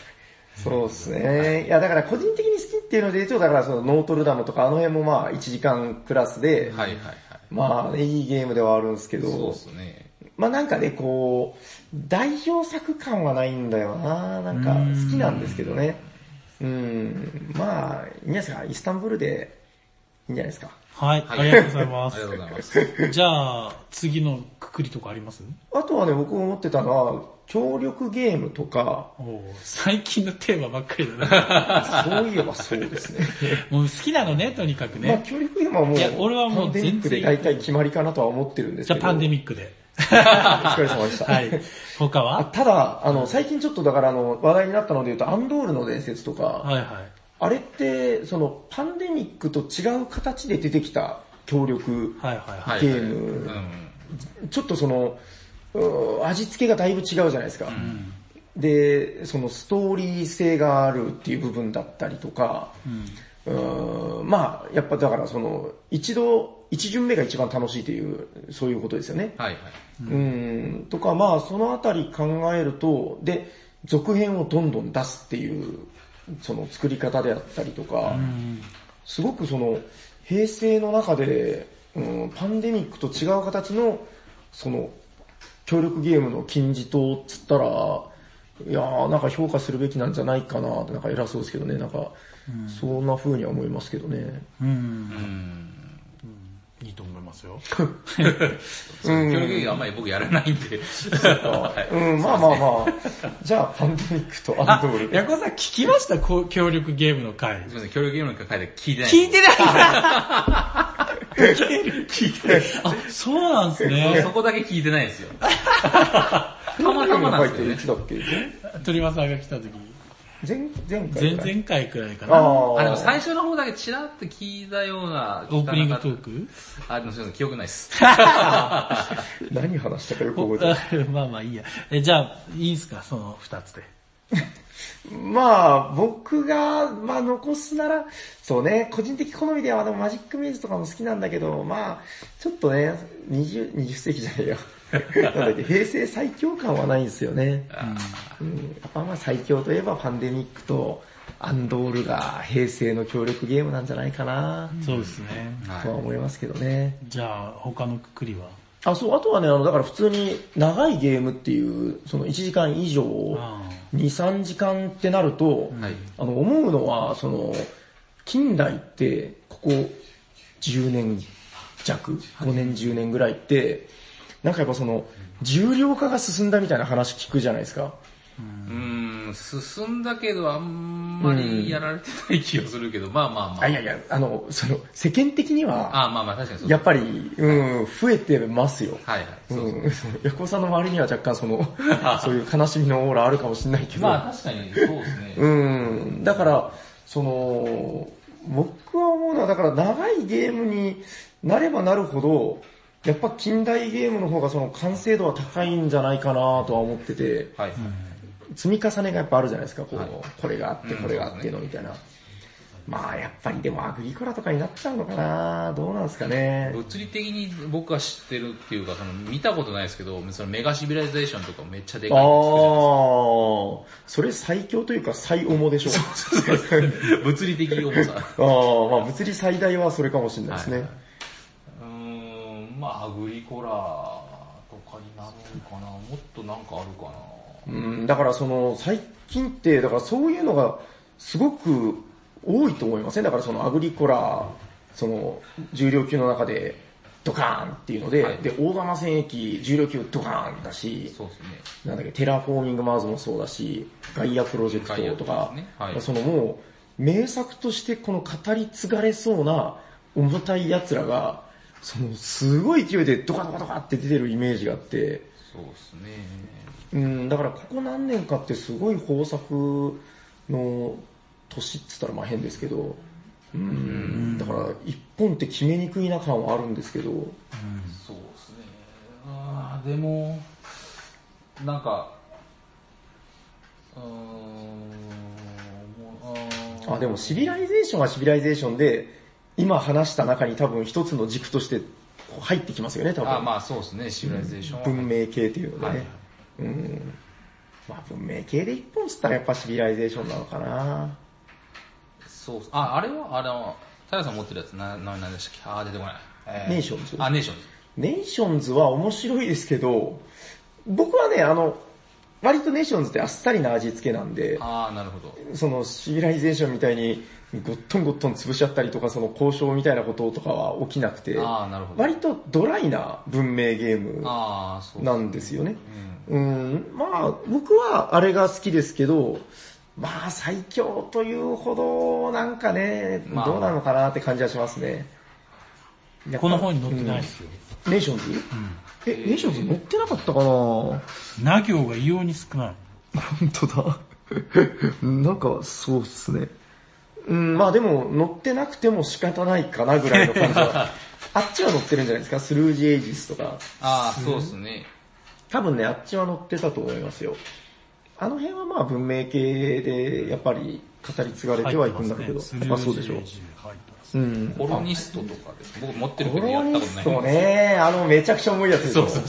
Speaker 2: そうですね。いや、だから個人的に好きっていうので言うと、だからそのノートルダムとかあの辺もまあ1時間クラスで、
Speaker 3: はいはいはい。
Speaker 2: まあね、いいゲームではあるんですけ
Speaker 3: そう
Speaker 2: ど
Speaker 3: で、すね。
Speaker 2: まあなんかね、こう、代表作感はないんだよななんか好きなんですけどね。うん、まあ、いいんじゃないですか、イスタンブールでいいんじゃないですか。
Speaker 1: はい、
Speaker 3: はい
Speaker 1: ありがとうございま。
Speaker 3: ありがとうございますす。
Speaker 1: じゃあ、次のくくりとかあります
Speaker 2: あとはね、僕思ってたのは、協力ゲームとか、
Speaker 1: おー最近のテーマばっかりだな。
Speaker 2: そういえばそうですね。
Speaker 1: もう好きなのね、とにかく
Speaker 2: ま あ
Speaker 1: ね。
Speaker 2: 協力ゲームはもう、
Speaker 1: いや俺はもう
Speaker 2: パンデミックで
Speaker 1: 全然
Speaker 2: 大体決まりかなとは思ってるんです
Speaker 1: じ
Speaker 2: け
Speaker 1: ゃあ
Speaker 2: ど。
Speaker 1: パンデミックで。
Speaker 2: お疲れ様でした。
Speaker 1: はい。他
Speaker 2: あ
Speaker 1: は
Speaker 2: ただ、あの、最近ちょっとだからあの、話題になったので言うと、アンドールの伝説とか、
Speaker 1: はいはい。
Speaker 2: あれって、その、パンデミックと違う形で出てきた協力、
Speaker 1: はいはいはい。
Speaker 3: はい。
Speaker 2: ゲーム
Speaker 3: うん。
Speaker 2: ちょっとその、うー味付けがだいぶ違うじゃないですか。
Speaker 1: うん。
Speaker 2: で、そのストーリー性があるっていう部分だったりとか、
Speaker 1: うん。
Speaker 2: うーんまあ、やっぱだからその、一度、一巡目が一番楽しいという、そういうことですよね。
Speaker 3: はいはい。
Speaker 2: うん、とかまあそのあたり考えると、で、続編をどんどん出すっていう、その作り方であったりとか、
Speaker 1: うん
Speaker 2: すごくその、平成の中で、うん、パンデミックと違う形の、その、協力ゲームの金字塔っつったら、いやーなんか評価するべきなんじゃないかなって、なんか偉そうですけどね、なんか、そんな風には思いますけどね。
Speaker 1: うん
Speaker 3: う。ん。
Speaker 1: いいと思いますよ。
Speaker 3: その協力ゲームあんまり僕やらないんで。はい
Speaker 2: うん、まあまあまあ。じゃあ、パンデミックとアンドール で。
Speaker 1: ヤコさん聞きましたこう協力ゲームの回
Speaker 3: す。みません、協力ゲームの回で聞いてない。
Speaker 1: 聞いてない聞いてない。あ、そうなんです
Speaker 3: そう
Speaker 1: ね
Speaker 3: そ。こだけ聞いてないんです よ。たまたまなんですよ
Speaker 2: い
Speaker 3: ね
Speaker 2: つ。だっけ
Speaker 1: 鳥羽さんが来た時、
Speaker 2: 前、前回
Speaker 1: 前
Speaker 2: ぐらい
Speaker 1: 々回くらいか
Speaker 2: あ
Speaker 1: な。
Speaker 2: ー
Speaker 3: あ、でも最初の方だけチラッと聞いたような。
Speaker 1: オープニングトー
Speaker 3: 聞
Speaker 1: ク
Speaker 3: かなかったあ、でもすみません、記憶ないです。
Speaker 2: 何話したかよく覚えてない。
Speaker 1: おまあまあいいや。えじゃあ、いいんすかその二つで。
Speaker 2: まあ、僕が、まあ、残すなら、そうね、個人的好みでは、でもマジックメイズとかも好きなんだけど、まあ、ちょっとね、20、20世紀じゃないよ。なん だっけ、平成最強感はないんですよね。うん、やっぱまあ最強といえばパンデミックとアンドールが平成の協力ゲームなんじゃないかな、
Speaker 1: そうですね。
Speaker 2: とは思いますけどね。
Speaker 1: じゃあ、他のくくりは
Speaker 2: あ、そう、あとはね、あの、だから普通に長いゲームっていう、その1時間以上、2、
Speaker 1: あ
Speaker 2: 3時間ってなると、
Speaker 3: はい。
Speaker 2: あの、思うのは、その、近代って、ここ10年弱、5年10年ぐらいって、なんかやっぱその、重量化が進んだみたいな話聞くじゃないですか。
Speaker 3: うーん、進んだけどあんまりやられてない気がするけど、まあまあま
Speaker 2: あ、
Speaker 3: あ。
Speaker 2: いやいや、あの、その、世間的には、
Speaker 3: あまあまあ確かにそう
Speaker 2: やっ
Speaker 3: です。
Speaker 2: ぱり、うん、増えてますよ。
Speaker 3: はいはい。
Speaker 2: う、
Speaker 3: そうそうん
Speaker 2: そのヤコウさんの 周りには若干そ の、そういう悲しみのオーラあるかもしれないけど。
Speaker 3: まあ確かにそうですね。
Speaker 2: うん、だから、その、僕は思うのは、だから長いゲームになればなるほど、やっぱ近代ゲームの方がその完成度は高いんじゃないかなとは思ってて、
Speaker 3: はい。
Speaker 2: 積み重ねがやっぱあるじゃないですか、こう、
Speaker 3: はい
Speaker 2: これがあって、
Speaker 3: うん
Speaker 2: これがあってのみたいな。まあやっぱりでもアグリコラとかになっちゃうのかなどうなんですかね。
Speaker 3: 物理的に僕は知ってるっていうか、その見たことないですけど、そのメガシビライゼーションとかめっちゃで
Speaker 2: あ
Speaker 3: かい
Speaker 2: あ
Speaker 3: の
Speaker 2: ー、それ最強というか最重でしょう。
Speaker 3: 作っ てたんですけど物理的重さ。
Speaker 2: ああ、まあ物理最大はそれかもしれないですね。
Speaker 3: はいはいうーん、まあアグリコラとかになるのかなもっとなんかあるかな
Speaker 2: うん、だからその最近って、だからそういうのがすごく多いと思いません、だからそのアグリコラ、その重量級の中でドカーンっていうので、
Speaker 3: はい
Speaker 2: で、大釜戦役重量級ドカーンだし、
Speaker 3: そうですね。
Speaker 2: なんだっけ、テラフォーミングマーズもそうだし、ガイアプロジェクトと
Speaker 3: ガイア
Speaker 2: か、
Speaker 3: プロですねはい
Speaker 2: そのもう名作としてこの語り継がれそうな重たい奴らが、そのすごい勢いでドカドカドカって出てるイメージがあって、
Speaker 3: そうですね。
Speaker 2: うん、だからここ何年かってすごい豊作の年っつったらまあ変ですけど、うん、だから一本って決めにくいな感はあるんですけど、
Speaker 3: そうですね。あーでも、なんか、うーん、もうあー
Speaker 2: あ、でもシビライゼーションはシビライゼーションで、今話した中に多分一つの軸として入ってきますよね、多分。
Speaker 3: あまあそうですね、シビライゼーションは。
Speaker 2: 文明系というのでね。
Speaker 3: はい
Speaker 2: うん。まあ文明系で一本っつったらやっぱシビライゼーションなのかな。
Speaker 3: そうっすあ、あれはあの、タヤさん持ってるやつ、な、な、なんでしたっけあー、出てこない。え
Speaker 2: ネーションズ
Speaker 3: あ、ネーションズ。
Speaker 2: ネーションズは面白いですけど、僕はね、あの、割とネーションズってあっさりな味付けなんで、
Speaker 3: あー、なるほど。
Speaker 2: そのシビライゼーションみたいにごっとんごっとん潰しちゃったりとか、その交渉みたいなこととかは起きなくて、
Speaker 3: あー、なるほど。
Speaker 2: 割とドライな文明ゲーム
Speaker 3: あー、そうっす。
Speaker 2: なんですよね。
Speaker 3: うん
Speaker 2: うん、まあ僕はあれが好きですけど、まあ最強というほどなんかね、
Speaker 3: まあ
Speaker 2: どうなのかなって感じはしますね。
Speaker 1: あこの本に載ってないですよ。
Speaker 2: ネーションズ、え、ネーションズ乗ってなかったか な本
Speaker 1: な行が異様に少ない。
Speaker 2: 当 だ。なんか、そうっすね。うん、まあでも、乗ってなくても仕方ないかなぐらいの感じ は。あっちは乗ってるんじゃないですかスルージエイジスとか。
Speaker 3: あー、そうですね。
Speaker 2: 多分ね、あっちは乗ってたと思いますよ。あの辺はまあ文明系で、やっぱり語り継がれてはいくんだけど、やっぱそうでしょう。うん。
Speaker 3: コロニストとかです。僕持ってる
Speaker 2: コ
Speaker 3: けどや
Speaker 2: ロ
Speaker 3: った
Speaker 2: ニ
Speaker 3: こと
Speaker 2: ス
Speaker 3: ない。
Speaker 2: トね、あのめちゃくちゃ重いやつでしょ。
Speaker 3: そう。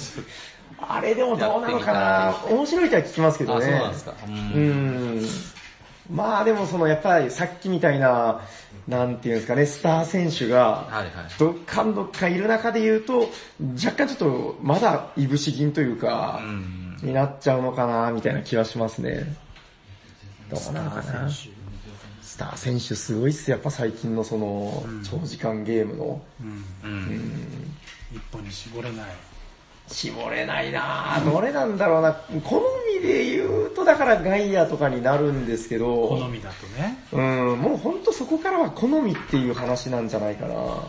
Speaker 2: あれでもどうなのかな面白いとは聞きますけど
Speaker 3: あ、
Speaker 2: ね。
Speaker 3: そうなんですか。
Speaker 2: う
Speaker 3: う。
Speaker 2: んん。まあでもそのやっぱりさっきみたいな、なんていうんですかね、スター選手が、
Speaker 3: はいはい。
Speaker 2: どっかんどっかいる中で言うと、若干ちょっとまだいぶし銀というか
Speaker 3: う、ん。
Speaker 2: になっちゃうのかな、みたいな気はしますね。どうなのかな。スター選手すごいっす、やっぱ最近のその、長時間ゲームの。
Speaker 1: うん
Speaker 3: うん。
Speaker 1: 一本に絞れない。
Speaker 2: 絞れないなぁ、どれなんだろうな。好みで言うと、だからガイアとかになるんですけど、
Speaker 1: 好みだとね。
Speaker 2: うん、もうほんとそこからは好みっていう話なんじゃないかな。
Speaker 3: はい。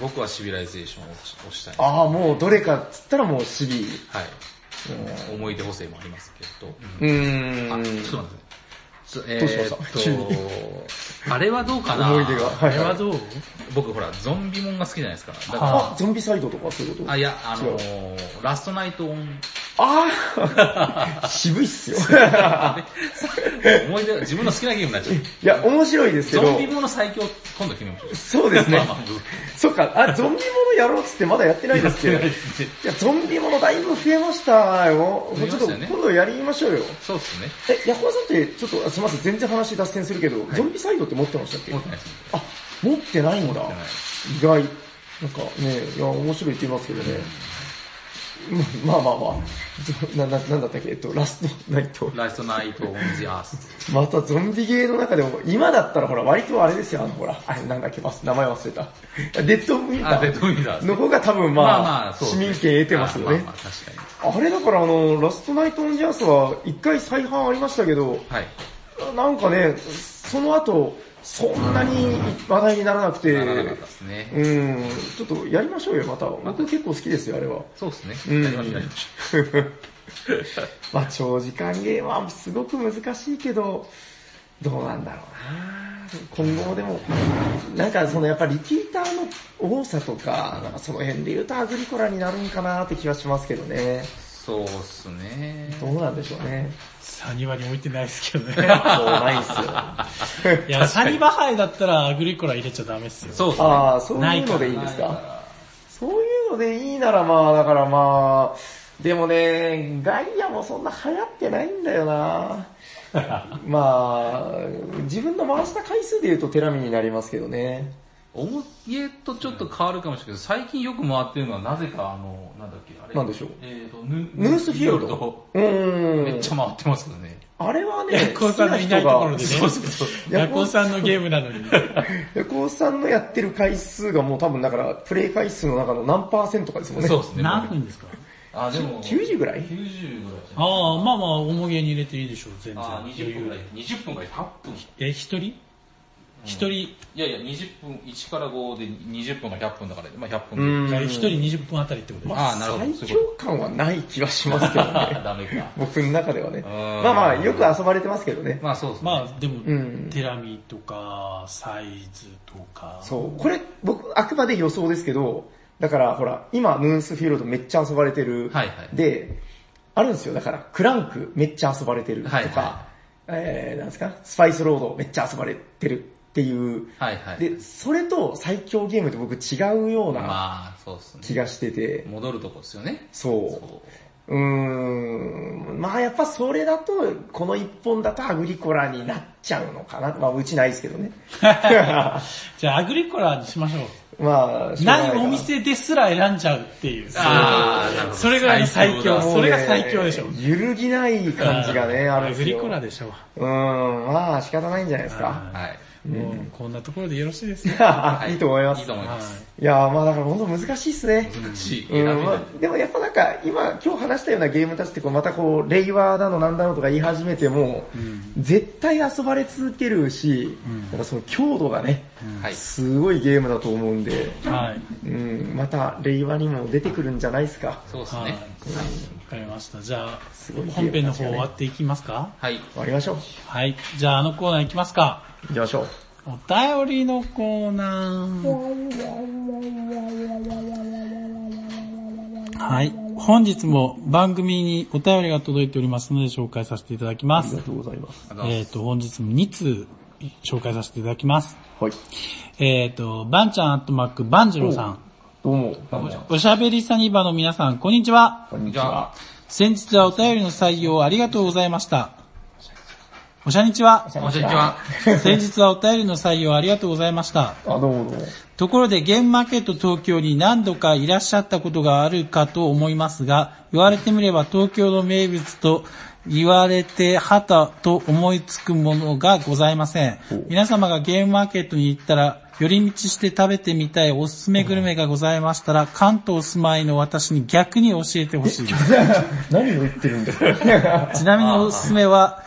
Speaker 3: 僕はシビライゼーションを押したい。は
Speaker 2: ああ、もうどれかっつったらもうシビ。
Speaker 3: い。思い出補正もありますけ
Speaker 2: う
Speaker 3: ど。あ、ちょ
Speaker 2: ん。
Speaker 3: っと待って。そえ
Speaker 2: どうしました
Speaker 3: ーっと
Speaker 2: 急に
Speaker 3: あれはどうかな
Speaker 2: 思い出が。
Speaker 1: あ
Speaker 2: はい
Speaker 1: れは
Speaker 2: はい。
Speaker 1: どう
Speaker 3: 僕ほら、ゾンビもんが好きじゃないですか。だか
Speaker 1: は
Speaker 2: あ、ゾンビサイドとかそういうこ
Speaker 3: ら、
Speaker 2: と
Speaker 3: あ、いや、あの
Speaker 2: 違
Speaker 3: ー、ラストナイトオン
Speaker 2: ああ 渋いっすよ。
Speaker 3: 思い 出、自分の好きなゲームになっちゃう。
Speaker 2: いや、面白いですけ
Speaker 3: ゾン
Speaker 2: ど
Speaker 3: ビ、もの最強、今度決めましょう。
Speaker 2: そうですね
Speaker 3: まあまあ。
Speaker 2: そっか、あ、ゾンビものやろうっつってまだやってないですけど、いや、ゾンビものだいぶ増えましたよ。
Speaker 3: 増え
Speaker 2: ちょっ
Speaker 3: まし
Speaker 2: と
Speaker 3: たよね
Speaker 2: 今度やりましょうよ。
Speaker 3: そうですね。
Speaker 2: え、ヤホーさんって、ちょっと、あすみません、全然話脱線するけど、ゾンビサイドって持ってましたっけ
Speaker 3: 持ってないですね。
Speaker 2: あ、持ってないんだ
Speaker 3: てない。
Speaker 2: 意外。なんかね、いや、面白いって言いますけどね。ままあまあまあ。 な、な、なんだったっけえっと、ラストナイト。
Speaker 3: ライストナイト・オン・ジ・ア ース。
Speaker 2: またゾンビゲーの中でも、今だったらほら、割とあれですよ、あのほら、あれなんだっけ、忘れ名前忘れ た。デッドウィンタ
Speaker 3: あ、デッドウィンター
Speaker 2: ー
Speaker 3: ズ
Speaker 2: の方が多分
Speaker 3: まあ
Speaker 2: ま
Speaker 3: ま
Speaker 2: あ
Speaker 3: あ、、そう
Speaker 2: 市
Speaker 3: で
Speaker 2: 民
Speaker 3: すね
Speaker 2: 権得てますよ
Speaker 3: あ
Speaker 2: ね
Speaker 3: まあ。まあ、確かに。
Speaker 2: あれだからあの、ラストナイトオンジャースは、一回再販ありましたけど、
Speaker 3: はい。
Speaker 2: なんかね、その後、そんなに話題にならなくて、
Speaker 3: ならなかったですね。
Speaker 2: うん、ちょっとやりましょうよ、また。僕結構好きですよ、あれは。
Speaker 3: そうですね。
Speaker 2: うん
Speaker 3: やりましょうやりましょ
Speaker 2: まあ長時間ゲームはすごく難しいけど、どうなんだろうな今後もでも、なんかそのやっぱリピーターの多さとか、なんかその辺で言うとアグリコラになるんかなって気はしますけどね。
Speaker 3: う。そうですね。
Speaker 2: どうなんでしょうね。
Speaker 1: サニバに置いてないですけどね。
Speaker 2: そうないっすよ。
Speaker 1: いや、サニバ杯だったらアグリコラ入れちゃダメですよ。
Speaker 3: そうですね。
Speaker 2: ああ、そういうのでいいですかそういうのでいいならまあ、だからまあ、でもね、ガイアもそんな流行ってないんだよなまあ、自分の回した回数で言うとテラミになりますけどね。
Speaker 3: 思いとちょっと変わるかもしれないけど、最近よく回ってるのはなぜかあの、なんだっけ、あれ。
Speaker 2: なんでしょう
Speaker 3: えっと、ヌ
Speaker 2: ヌースフィールド。。うー
Speaker 3: めっちゃ
Speaker 2: ん。
Speaker 3: 回ってますけどね。
Speaker 2: あれはね、
Speaker 1: ヤコウさんのいないところでね。
Speaker 3: そうそうそう
Speaker 1: ヤコウさんのゲームなのに。
Speaker 2: ヤコウさんのやってる回数がもう多分だから、プレイ回数の中の何パーセントかですもんね。
Speaker 3: そうですね。
Speaker 1: 何分ですか
Speaker 3: あ、でも、
Speaker 2: 90ぐらい
Speaker 3: ?90 ぐらいじゃない
Speaker 1: ああ、まあまあ、重げに入れていいでしょう、全然。
Speaker 3: あ、20分ぐらい。20分ぐらい、8分。
Speaker 1: え、一人一人、
Speaker 3: いやいや、20分、1から5で20分が100分だから、まあ100
Speaker 2: う
Speaker 3: 分。
Speaker 2: ん。
Speaker 1: 一人20分あたりってことです。
Speaker 3: あーなるほど
Speaker 2: 最
Speaker 3: そういう
Speaker 2: 強感はない気はしますけど ね。
Speaker 3: ダメか。
Speaker 2: 僕の中ではね。
Speaker 3: ー
Speaker 2: まあまあ、よく遊ばれてますけどね。
Speaker 3: まあそうですね。
Speaker 1: まあ、でも、
Speaker 2: うん
Speaker 1: テラミとか、サイズとか。
Speaker 2: そう。これ、僕、あくまで予想ですけど、だから、ほら、今、ムーンスフィールドめっちゃ遊ばれてる。
Speaker 3: はいはい
Speaker 2: で、あるんですよ。だから、クランクめっちゃ遊ばれてるとか、
Speaker 3: はいは
Speaker 2: えー、なんですか、スパイスロードめっちゃ遊ばれてるっていう。
Speaker 3: はいはい。
Speaker 2: で、それと最強ゲームって僕違うような
Speaker 3: まあ、そうです
Speaker 2: 気
Speaker 3: ね。
Speaker 2: がしてて、
Speaker 3: 戻るとこですよね。
Speaker 2: そう。うーん、まあやっぱそれだと、この一本だとアグリコラになっちゃうのかな。まあうちないですけ どね。
Speaker 1: じゃあ、アグリコラにしましょ
Speaker 2: まあ、
Speaker 1: う。
Speaker 2: しょうが
Speaker 1: ない
Speaker 2: か
Speaker 1: お店ですら選んじゃうっていう。
Speaker 3: あーなるほど
Speaker 1: それぐらいの最強。
Speaker 3: 最強だ
Speaker 1: それが最強でしょ
Speaker 2: もう。ね揺るぎない感じがね、あるん
Speaker 1: ア
Speaker 2: です
Speaker 1: グ
Speaker 2: よ
Speaker 1: リコラでしょう。
Speaker 2: うーん、まあ仕方ないんじゃないですか。
Speaker 1: は
Speaker 3: はい。
Speaker 1: いもう、こんなところでよろしいですね。
Speaker 3: は い
Speaker 2: いいと思いま
Speaker 3: いい
Speaker 2: す。
Speaker 3: と思い
Speaker 1: は
Speaker 3: ま
Speaker 1: い
Speaker 3: す。
Speaker 2: いやーまあだから本当難しいっすね。
Speaker 3: 難しい。
Speaker 2: う
Speaker 3: 選
Speaker 2: ん
Speaker 3: び
Speaker 2: ま
Speaker 3: ない。
Speaker 2: あ、でもやっぱなんか今今日話したようなゲームたちってこうまたこう、令和だのなんだのとか言い始めても、絶対遊ばれ続けるし、なんかその強度がね、
Speaker 3: はい。
Speaker 2: すごいゲームだと思うんで、
Speaker 1: はい。
Speaker 2: うん、また令和にも出てくるんじゃないですか。
Speaker 3: そうです
Speaker 1: はい。わ
Speaker 3: ね。
Speaker 1: かりました。じゃあ
Speaker 2: すごいゲーム、
Speaker 1: 本編の方
Speaker 2: ですよ
Speaker 1: 終
Speaker 2: ね
Speaker 1: わっていきますか
Speaker 3: はい。
Speaker 2: 終わりましょう。
Speaker 1: はい。じゃあ、あのコーナーいきますか。
Speaker 2: 行きましょう。
Speaker 1: お便りのコーナー。はい。本日も番組にお便りが届いておりますので紹介させていただきま
Speaker 2: あり
Speaker 1: す
Speaker 2: が。とうございます。
Speaker 3: あの
Speaker 1: えっ、と、本日も2通紹介させていただきます。
Speaker 2: はい。
Speaker 1: えっ、と、バンちゃんアットマック、バンジローさん。
Speaker 2: どうも。
Speaker 1: おしゃべりサニバの皆さん、こんにちは。
Speaker 2: こんにち
Speaker 3: じゃ
Speaker 2: は
Speaker 3: あ。、
Speaker 1: 先日はお便りの採用ありがとうございました。おしゃにち は。
Speaker 3: こんにちは。
Speaker 1: 先日はお便りの採用ありがとうございました。
Speaker 2: あ、どうもどうも。
Speaker 1: ところで、ゲームマーケット東京に何度かいらっしゃったことがあるかと思いますが、言われてみれば東京の名物と言われてはたと思いつくものがございません。皆様がゲームマーケットに行ったら、寄り道して食べてみたいおすすめグルメがございましたら、関東お住まいの私に逆に教えてほしいです。
Speaker 2: 何を言ってるんですか
Speaker 1: ちなみにおすすめは、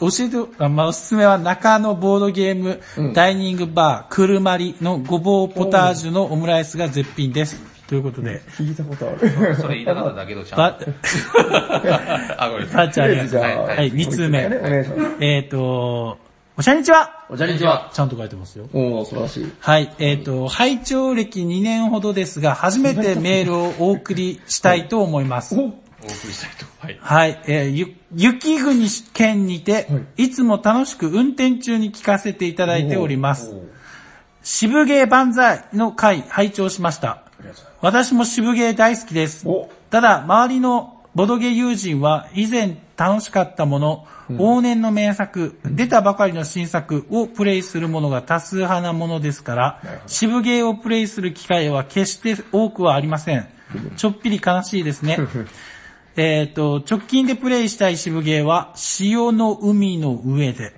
Speaker 1: 教えて、あまあ、おすすめは中野ボードゲーム、ダイニングバー、くるまりのごぼうポタージュのオムライスが絶品です。ということで、
Speaker 2: 聞いたことある。
Speaker 3: それ言いたかっただけど、ちゃん
Speaker 1: ば
Speaker 3: と。、あ、ごめんなさ
Speaker 1: ばあ
Speaker 3: い。
Speaker 1: ちゃんありがとうございます。
Speaker 2: はい
Speaker 1: はい、2通目。
Speaker 2: お願いします。
Speaker 1: えっ、と、おしゃにちは
Speaker 3: おじゃにちは。
Speaker 1: ちゃんと書いてますよ。
Speaker 2: おー、素晴らしい。
Speaker 1: はい、えっ、と、拝聴歴2年ほどですが、初めてメールをお送りしたいと思います。
Speaker 2: お
Speaker 3: お送りしたいと。はい。
Speaker 1: はい、えーゆ、雪国県にて、い、つも楽しく運転中に聞かせていただいております。渋芸万歳の回、拝聴しました。私も渋芸大好きです
Speaker 2: お。
Speaker 1: ただ、周りのボドゲ友人は、以前楽しかったもの、往年の名作、出たばかりの新作をプレイするものが多数派なものですから、渋芸をプレイする機会は決して多くはありません。ちょっぴり悲しいです ね。えっ、と、直近でプレイしたい渋芸は、潮の海の上で、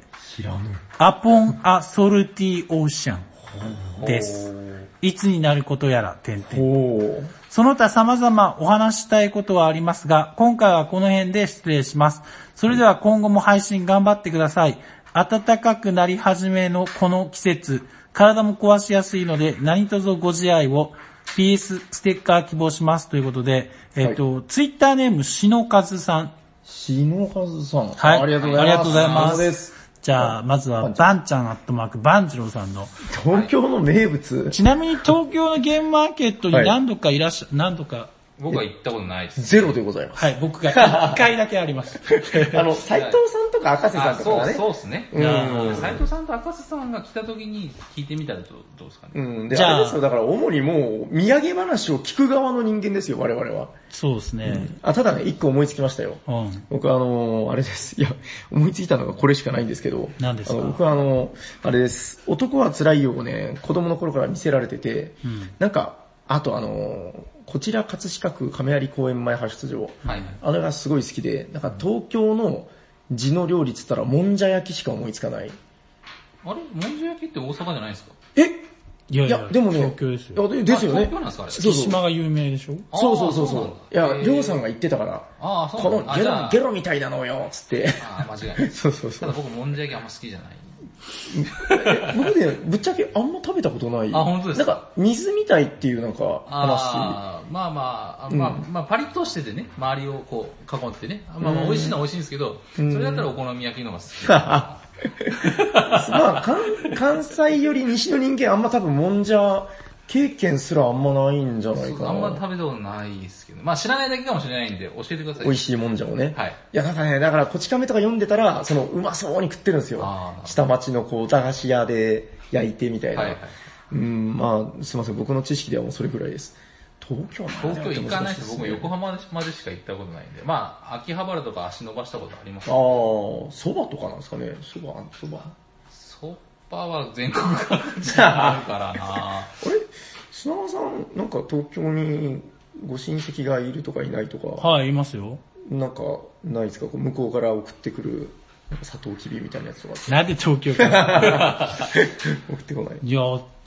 Speaker 1: アポン・ア・ソルティ・オーシャンです。いつになることやら、点々。
Speaker 2: お
Speaker 1: その他様々お話ししたいことはありますが、今回はこの辺で失礼します。それでは今後も配信頑張ってください。暖かくなり始めのこの季節、体も壊しやすいので、何卒ご自愛を、PS ステッカー希望しますということで、えっ、と、ツイッターネーム、しのかずさん。
Speaker 2: 篠和さん。
Speaker 1: はい。
Speaker 2: ありがとうございます。
Speaker 1: ありがとうございま
Speaker 2: 篠
Speaker 1: す。
Speaker 2: 和です
Speaker 1: じゃあ、まずは、バンちゃんアットマーク、バンジローさんの。
Speaker 2: 東京の名 物、
Speaker 1: ちなみに東京のゲームマーケットに
Speaker 2: はい
Speaker 1: 何度かいらっしゃ、何度か、
Speaker 3: 僕は行ったことないです。
Speaker 2: ゼロでございます。
Speaker 1: はい、僕が1回だけありました。
Speaker 2: あの、斎藤さんとか赤瀬さん
Speaker 3: あ、
Speaker 2: とか
Speaker 3: そ
Speaker 2: が
Speaker 3: う、
Speaker 2: ね。
Speaker 3: そうですね。
Speaker 2: うん
Speaker 3: 斉藤さんと赤瀬さんが来た時に聞いてみたらどうどうですかね。
Speaker 2: うん。で、
Speaker 1: じゃあ
Speaker 2: あれですよ、だから主にもう、土産話を聞く側の人間ですよ、我々は。
Speaker 1: そうですね。
Speaker 2: あ、ただね、一個思いつきましたよ。
Speaker 1: うん。
Speaker 2: 僕あのーあれです。いや、思いついたのがこれしかないんですけど。
Speaker 1: 何ですか
Speaker 2: あの僕はあのーあれです。男は辛いよをね、子供の頃から見せられてて、
Speaker 1: うん
Speaker 2: なんか、あとあのーこちら葛飾区亀有公園前派出所。
Speaker 3: はい。
Speaker 2: あれがすごい好きで、なんか東京の地の料理っつったらもんじゃ焼きしか思いつかない。
Speaker 3: あれ、もんじゃ焼きって大阪じゃないですか
Speaker 2: え
Speaker 1: いや
Speaker 2: いや、でもね、
Speaker 1: 東京ですよ。
Speaker 2: いやでですよ
Speaker 3: あ
Speaker 2: ね
Speaker 3: 東京。なんですかあれ。
Speaker 2: そう
Speaker 1: 月島が有名でしょ
Speaker 2: そうそうそう
Speaker 3: あー
Speaker 2: そ
Speaker 3: なん
Speaker 2: う。いや
Speaker 3: だ、
Speaker 2: りょうさんが言ってたから、
Speaker 3: ああ、そ
Speaker 2: こ
Speaker 3: うなんだ
Speaker 2: の
Speaker 3: あ
Speaker 2: ゲ
Speaker 3: じ
Speaker 2: ロ
Speaker 3: ゃ、あ
Speaker 2: ゲロみたいなのよ、つっ て。
Speaker 3: ああ、間違いないです。
Speaker 2: そうそうそ
Speaker 3: た
Speaker 2: う
Speaker 3: だ。僕、もんじゃ焼きあんま好きじゃない。
Speaker 2: 僕ね、ぶっちゃけあんま食べたことない。
Speaker 3: あ本当です
Speaker 2: な
Speaker 3: か
Speaker 2: んか、水みたいっていうなんか話。
Speaker 3: あーまあまあ、あまあ、まあ、パリッとしててね、周りをこう、囲ってね。まあまあ、美味しいのは美味しいんですけど、それだったらお好み焼きの方が好
Speaker 2: まあ関、関西より西の人間あんま多分もんじゃ経験すらあんまないんじゃない
Speaker 3: き。
Speaker 2: か
Speaker 3: あんま
Speaker 2: な。
Speaker 3: 食べたことないですけど、まあ知らないだけかもしれないんで、教えてください。
Speaker 2: 美味しいもんじゃをね。
Speaker 3: はい。
Speaker 2: いや、なんかね、だから、こち亀とか読んでたら、その、うまそうに食ってるんですよ
Speaker 3: あ。ー
Speaker 2: 下町のこう、駄菓子屋で焼いてみたいな。
Speaker 3: はいはい。
Speaker 2: うん、まあ、すいません、僕の知識ではもうそれぐらいです。東京は
Speaker 3: 東京行かないし、僕横
Speaker 2: 浜。
Speaker 3: 浜までしか行ったことないんで、まあ、秋葉原とか足伸ばしたことあります
Speaker 2: ああ、蕎麦とかなんですかね。蕎麦、蕎麦。
Speaker 3: そばは全国各地にあるからな
Speaker 2: あれ砂川さん、なんか東京にご親戚がいるとかいないとか、
Speaker 1: はい、いますよ。
Speaker 2: なんかないですかこう向こうから送ってくる、なんか砂糖きびみたいなやつとか
Speaker 1: なんで東京から。
Speaker 2: 送ってこない。
Speaker 1: いや、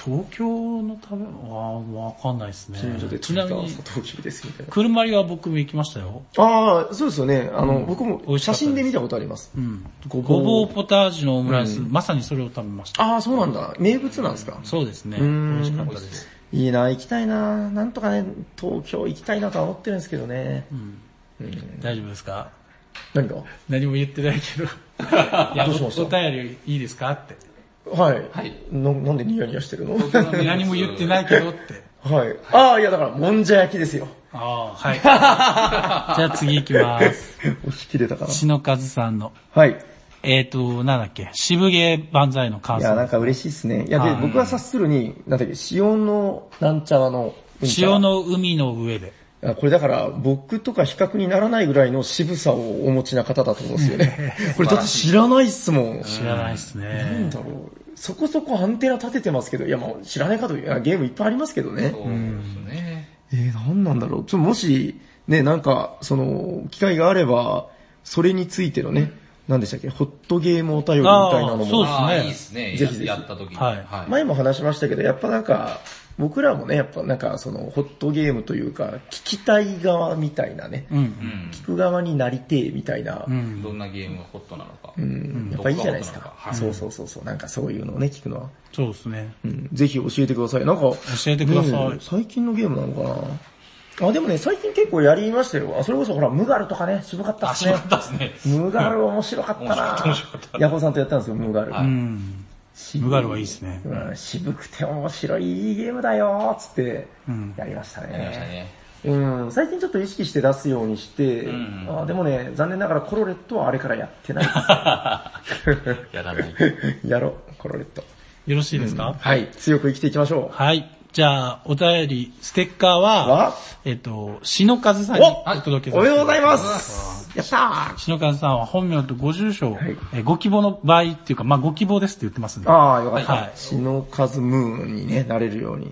Speaker 1: 東京の食べ、あーわかんないですね
Speaker 2: 近所で。
Speaker 1: ち
Speaker 2: 作
Speaker 1: な
Speaker 2: っ
Speaker 1: み
Speaker 2: た
Speaker 1: に
Speaker 2: 砂、糖きびですみたいな。
Speaker 1: 車マリは僕も行きましたよ。
Speaker 2: ああ、そうですよね。あの、僕
Speaker 1: 美味
Speaker 2: も
Speaker 1: しかった
Speaker 2: 写
Speaker 1: です
Speaker 2: 真で見たことあります。
Speaker 1: うん。
Speaker 2: ご
Speaker 1: ごぼう
Speaker 2: う。
Speaker 1: ポタージュのオムライス、まさにそれを食べました。
Speaker 2: ああ、そうなんだ。名物なんですか
Speaker 1: そうですね。
Speaker 2: う
Speaker 1: 美
Speaker 2: ん
Speaker 1: 味しかったで
Speaker 3: 美味し
Speaker 1: す
Speaker 3: そ。
Speaker 2: いいな、行きたいな。なんとかね、東京行きたいなとは思ってるんですけどね。
Speaker 1: 大丈夫ですか
Speaker 2: 何か
Speaker 1: 何も言ってないけど。 いや、
Speaker 2: どうしました
Speaker 1: おお便りいいですかって。
Speaker 2: はい。
Speaker 3: はい
Speaker 2: ななんでニヤニヤしてるの
Speaker 3: う。東京の
Speaker 1: 何も言ってないけどって。
Speaker 2: はい。ああ、いやだから、もんじゃ焼きです よ。
Speaker 1: ああ、はい。 じゃあ次行きます。
Speaker 2: お聞き出たかな
Speaker 1: 篠和さんの。
Speaker 2: はい。
Speaker 1: えっ、ー、と、なんだっけ、渋芸万歳の感
Speaker 2: いや、
Speaker 1: 想。
Speaker 2: なんか嬉しいですね。いや、で
Speaker 1: はい、
Speaker 2: 僕は察するに、なんだっけ、塩のなんちゃらの、うんちゃら
Speaker 1: 潮。の海の上で。
Speaker 2: あこれだから、僕とか比較にならないぐらいの渋さをお持ちな方だと思うんですよ ね。これだって知らないっすもん。
Speaker 1: 知らないっす
Speaker 2: なん
Speaker 1: ね。
Speaker 2: だろう。そこそこアンテナ立ててますけど、いや、まあ知らない方、いやゲームいっぱいありますけどね。
Speaker 3: そうですね。
Speaker 2: えー、なんなんだろう。ちょ、もし、ね、なんか、その、機会があれば、それについてのね、なんでしたっけ、ホットゲームお便りみたいなの
Speaker 1: あーそう
Speaker 2: も、
Speaker 3: ああ、
Speaker 1: ですね
Speaker 3: いいですね。
Speaker 2: ぜひぜひ
Speaker 3: やった時に。
Speaker 1: はい
Speaker 2: 前も話しましたけど、やっぱなんか、僕らもね、やっぱなんか、その、ホットゲームというか、聞きたい側みたいなね、
Speaker 1: う。
Speaker 3: うんん
Speaker 2: 聞く側になりてえみたいな、
Speaker 1: う
Speaker 3: ど
Speaker 1: ん。
Speaker 3: んなゲームがホットなのか。
Speaker 2: うん、やっぱいいじゃないです
Speaker 3: どこ
Speaker 2: か
Speaker 3: が。ホットなのか
Speaker 2: そうそうそうそう、なんかそういうのをね、聞くのは。
Speaker 1: そうですね。
Speaker 2: うん、ぜひ教えてください。なんか、教
Speaker 1: えてください
Speaker 2: 最近のゲームなのかなあ、でもね、最近結構やりましたよ。あ、それこそほら、ムガルとかね、渋かったっ
Speaker 3: あ、
Speaker 2: す
Speaker 3: しま
Speaker 2: ね
Speaker 3: っ。たですね。
Speaker 2: ムガル面白かったな
Speaker 3: 面白かった
Speaker 2: ヤコさんとやったんですよ、ムガル。
Speaker 1: うん。ムガルはいいっすね。
Speaker 2: うん、渋くて面白いいいゲームだよーっつって
Speaker 1: うん、
Speaker 2: やりましたね。
Speaker 3: やりましたね。
Speaker 2: うん、最近ちょっと意識して出すようにして、
Speaker 4: うん
Speaker 2: あでもね、残念ながらコロレットはあれからやってない
Speaker 4: やらない。
Speaker 2: です。やろう、コロレット。
Speaker 1: よろしいですか、
Speaker 2: はい、強く生きていきましょ
Speaker 1: はい。じゃあ、お便り、ステッカー
Speaker 2: う。
Speaker 1: は、
Speaker 2: わ
Speaker 1: えっと、篠和さんに
Speaker 2: お
Speaker 1: お届け
Speaker 2: お
Speaker 1: させて
Speaker 2: めでとうございま
Speaker 3: あ
Speaker 2: すやったー
Speaker 1: 篠和さんは本名とご住所を、
Speaker 2: い
Speaker 1: えーご希望の場合っていうか、まあご希望ですって言ってますんで、
Speaker 2: ああ、よかった。
Speaker 1: はい
Speaker 2: 篠和ムーンにね、なれるように、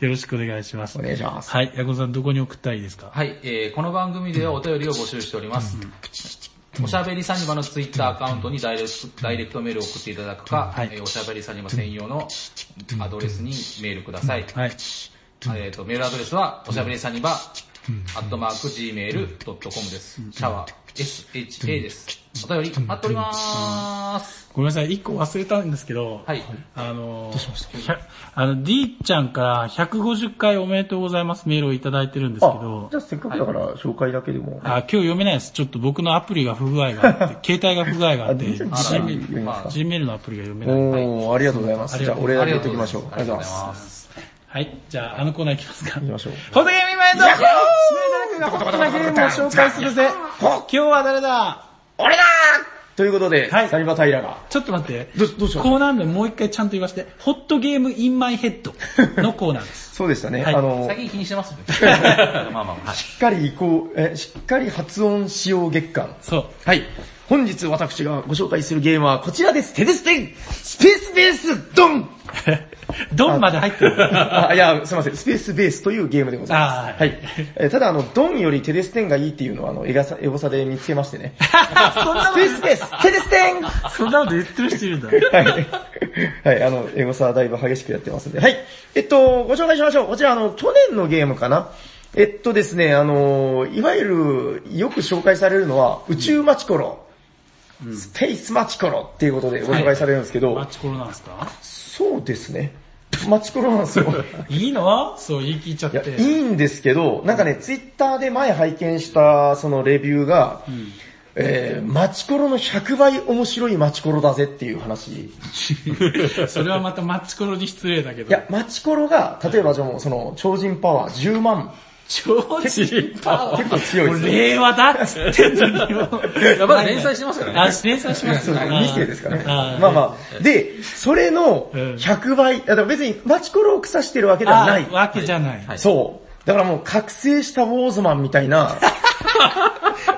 Speaker 1: よろしくお願いします
Speaker 2: お。願いします。
Speaker 1: はい、ヤコさんどこに送ったらいいですか
Speaker 3: はい、えーこの番組ではお便りを募集しております。おしゃべりサニバのツイッターアカウントにダイレクトダイレクトメールを送っていただくか、
Speaker 1: はい
Speaker 3: えーおしゃべりサニバ専用のアドレスにメールください。
Speaker 1: はい。
Speaker 3: えーとメールアドレスは、おしゃべりサニバ、アットマーク gmail.com です。シャワー、sha です。お便り待っておりまーす。
Speaker 1: ごめんなさい、一個忘れたんですけど、
Speaker 3: はい。
Speaker 1: あのー、ひゃあの、D ちゃんから150回おめでとうございますメールをいただいてるんですけ
Speaker 2: あ
Speaker 1: ど、
Speaker 2: じ、ゃあせっかくだから紹介だけでも。
Speaker 1: あ、今日読めないです。ちょっと僕のアプリが不具合があ って、携帯が不具合があ
Speaker 2: あ、
Speaker 1: って、
Speaker 2: D ちゃん自
Speaker 1: G
Speaker 2: 体
Speaker 3: あら
Speaker 2: 読みますか
Speaker 1: Gmail のアプリが読めない。
Speaker 2: おー、ありがとうございます。
Speaker 1: あり
Speaker 2: じ
Speaker 1: が
Speaker 2: ゃあ
Speaker 1: とう
Speaker 2: 俺だけ言っと
Speaker 3: とう
Speaker 2: き
Speaker 3: ご
Speaker 2: ま
Speaker 3: ざ
Speaker 2: しょう。ありがとうございます。
Speaker 3: す。
Speaker 1: はい、じゃあ、あのコーナー行きますか。
Speaker 2: 行きましょう。
Speaker 1: ホットゲームイベントシュメーダークがホットなゲームを紹介するぜ今日は誰だ
Speaker 2: 俺だーということで、
Speaker 1: はい
Speaker 2: サニバタイラが。
Speaker 1: ちょっと待って。
Speaker 2: どどうした
Speaker 1: コーナー名もう一回ちゃんと言わせて。ホットゲームインマイヘッドのコーナーです。
Speaker 2: そうでしたね。
Speaker 1: はい
Speaker 2: あの、
Speaker 3: 最近気にして ますね。まあまあまあ。
Speaker 2: しっかり移行、え、しっかり発音使用月間。
Speaker 1: そう。
Speaker 2: はい。本日私がご紹介するゲームはこちらです。テデステンスペースベースドン
Speaker 1: ドンまで入 ってる。
Speaker 2: あ、いや、すいません。スペースベースというゲームでございます。
Speaker 1: あー
Speaker 2: はい。えーただ、あの、ドンよりテデステンがいいっていうのは、あの、エゴサエゴサで見つけましてね。
Speaker 1: そんな
Speaker 2: スペースベーステデステン
Speaker 1: そんなこと言ってる人いるんだ。
Speaker 2: はい。はい、あの、エゴサはだいぶ激しくやってますんで。はい。えっと、ご紹介しましょう。こちら、あの、去年のゲームかな。えっとですね、あの、いわゆる、よく紹介されるのは、宇宙マチコロ、スペースマチコロっていうことでご紹介されるんですけど、
Speaker 1: マッチコロなんですか
Speaker 2: そうですね。マチコロなんですよ。
Speaker 1: いいのそう言い切っちゃっ
Speaker 2: いや、
Speaker 1: て。
Speaker 2: いいんですけど、なんかね、ツイッターで前拝見した、そのレビューが、えー、マチコロの100倍面白いマチコロだぜっていう話。
Speaker 1: それはまたマッチコロに失礼だけど。
Speaker 2: いや、マチコロが、例えばじゃあもうその、超人パワー10万。
Speaker 1: 超人パワー。
Speaker 2: 結構強いです
Speaker 1: もう令和だっつってんのにもう
Speaker 3: やばい連載してますから ね
Speaker 1: あ、連載します
Speaker 2: そうそう、2世ですからね。
Speaker 1: あー
Speaker 2: まあまあ。で、それの
Speaker 1: うん
Speaker 2: 100倍、だから別にマチコロを腐してるわけではない
Speaker 1: あ。わけじゃない。
Speaker 3: はい
Speaker 2: そう。だからもう覚醒したウォーズマンみたい な、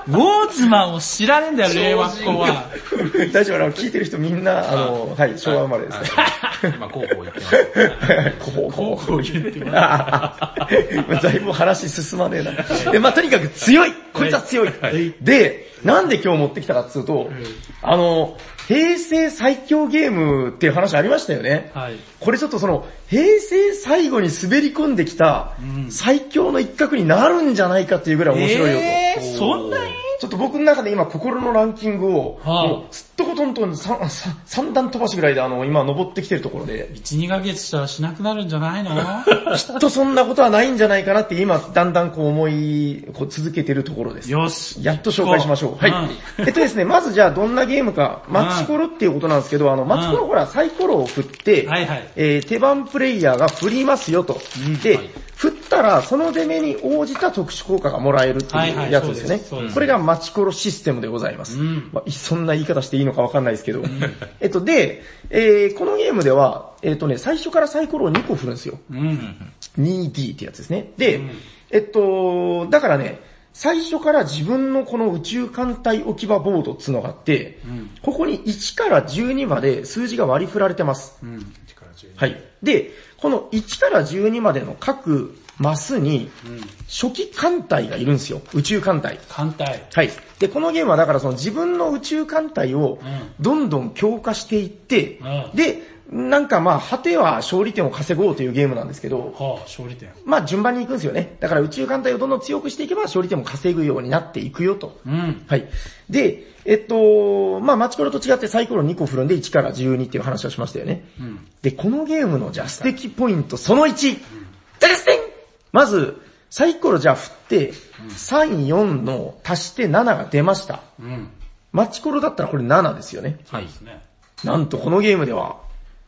Speaker 1: ウォーズマンを知らねえんだよ、令和っ子は。
Speaker 2: 大丈夫あの、聞いてる人みんな、あの、はい、昭和生まれですから。
Speaker 3: 今、広報行ってます。
Speaker 2: こう、こう、こう言う
Speaker 1: て
Speaker 2: て。だいぶ話進まねえな。で、まあとにかく強いこいつは強い、で、なんで今日持ってきたかっつうと、あの、平成最強ゲームっていう話ありましたよね。
Speaker 1: はい。
Speaker 2: これちょっとその、平成最後に滑り込んできた最強の一角になるんじゃないかっていうぐらい面白いよと。
Speaker 1: えー、そんなに
Speaker 2: ちょっと僕の中で今心のランキングを、
Speaker 1: はあ
Speaker 2: もうすっとこトントン三三三段飛ばしぐらいであの、今登ってきてるところで、
Speaker 1: ?1、2ヶ月したらしなくなるんじゃない の
Speaker 2: きっとそんなことはないんじゃないかなって今、だんだんこう思い、こう続けてるところです。
Speaker 1: よし。
Speaker 2: やっと紹介しましょう。はい。
Speaker 1: う
Speaker 2: えっとですね、まずじゃあどんなゲームか、マチコロっていうことなんですけど、あの、マチコ
Speaker 1: う
Speaker 2: ロほら、サイコロを振って、
Speaker 1: はいはい
Speaker 2: えー手番プレイヤーが振りますよと。で、振ったら、その出目に応じた特殊効果がもらえるって
Speaker 1: はいはいいう
Speaker 2: やつです
Speaker 1: そ
Speaker 2: よ
Speaker 1: う
Speaker 2: ね
Speaker 1: ですそうで。す
Speaker 2: これがマチコロシステムでございます。
Speaker 1: ん
Speaker 2: まあ、そんな言い方していいのかわかんないですけど。えっと、で、えーこのゲームでは、えっとね、最初からサイコロを2個振るんですよ。
Speaker 1: うん。
Speaker 2: 2D ってやつですね。で、えっと、だからね、最初から自分のこの宇宙艦隊置き場ボードっつのがあって、ここに1から12まで数字が割り振られてます。はい。で、この1から12までの各マスに、初期艦隊がいるんですよ。宇宙艦隊。
Speaker 1: 艦隊。
Speaker 2: はい。で、このゲームはだからその自分の宇宙艦隊を
Speaker 1: う
Speaker 2: どんどん強化していって、
Speaker 1: うん
Speaker 2: で、なんかまあ、果ては勝利点を稼ごうというゲームなんですけど、
Speaker 1: はあ、勝利点。
Speaker 2: まあ順番に行くんですよね。だから宇宙艦隊をどんどん強くしていけば勝利点も稼ぐようになっていくよと。
Speaker 1: うん。
Speaker 2: はい。で、えっと、まあマチコロと違ってサイコロ2個振るんで1から12っていう話をしましたよね。
Speaker 1: ん
Speaker 2: で、このゲームのじゃあ素敵ポイントその1。ダダステンまず、サイコロじゃあ振って、3、4の足して7が出ました。
Speaker 1: うん。
Speaker 2: マチコロだったらこれ7ですよね。
Speaker 1: そうですね。
Speaker 2: なんとこのゲームでは、